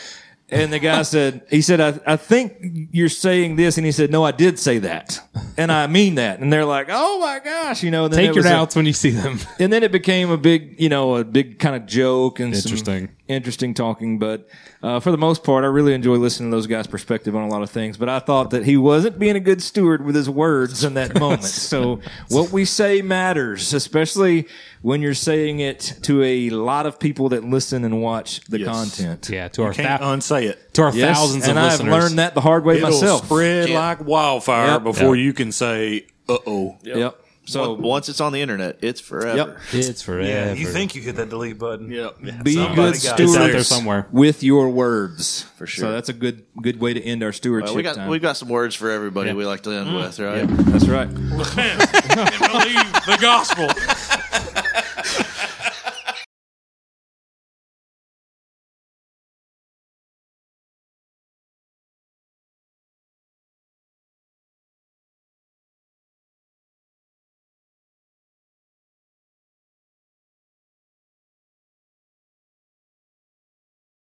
Speaker 1: And the guy said, "He said, I, I think you're saying this," and he said, "No, I did say that, and I mean that." And they're like, "Oh my gosh," you know. And then it
Speaker 3: Take your
Speaker 1: was a-
Speaker 3: outs when you see them.
Speaker 1: and then it became a big, you know, a big kind of joke and some
Speaker 3: Interesting.
Speaker 1: interesting talking. But uh, for the most part, I really enjoy listening to those guys' perspective on a lot of things. But I thought that he wasn't being a good steward with his words in that moment. So what we say matters, especially when you're saying it to a lot of people that listen and watch the
Speaker 6: Yes.
Speaker 1: content.
Speaker 3: Yeah, to our
Speaker 6: Can't
Speaker 3: thou-
Speaker 6: unsay it.
Speaker 3: to our
Speaker 1: Yes,
Speaker 3: thousands
Speaker 1: and
Speaker 3: of
Speaker 1: I've
Speaker 3: listeners.
Speaker 1: learned that the hard way
Speaker 6: It'll
Speaker 1: myself.
Speaker 6: spread like wildfire
Speaker 1: Yep.
Speaker 6: before
Speaker 1: Yeah.
Speaker 6: you can say, "Uh oh."
Speaker 1: Yep. So
Speaker 4: Once it's on the internet, it's forever.
Speaker 1: Yep.
Speaker 3: It's forever.
Speaker 2: Yeah, you think you hit that delete button?
Speaker 1: be
Speaker 2: Somebody
Speaker 1: good
Speaker 2: got it. It's
Speaker 1: stewards
Speaker 3: out there somewhere.
Speaker 1: with your words for
Speaker 4: sure.
Speaker 1: So that's a good good way to end our stewardship
Speaker 4: Well, we got
Speaker 1: time.
Speaker 4: we've got some words for everybody we like to end with, right?
Speaker 1: That's right.
Speaker 7: Repent and believe the gospel.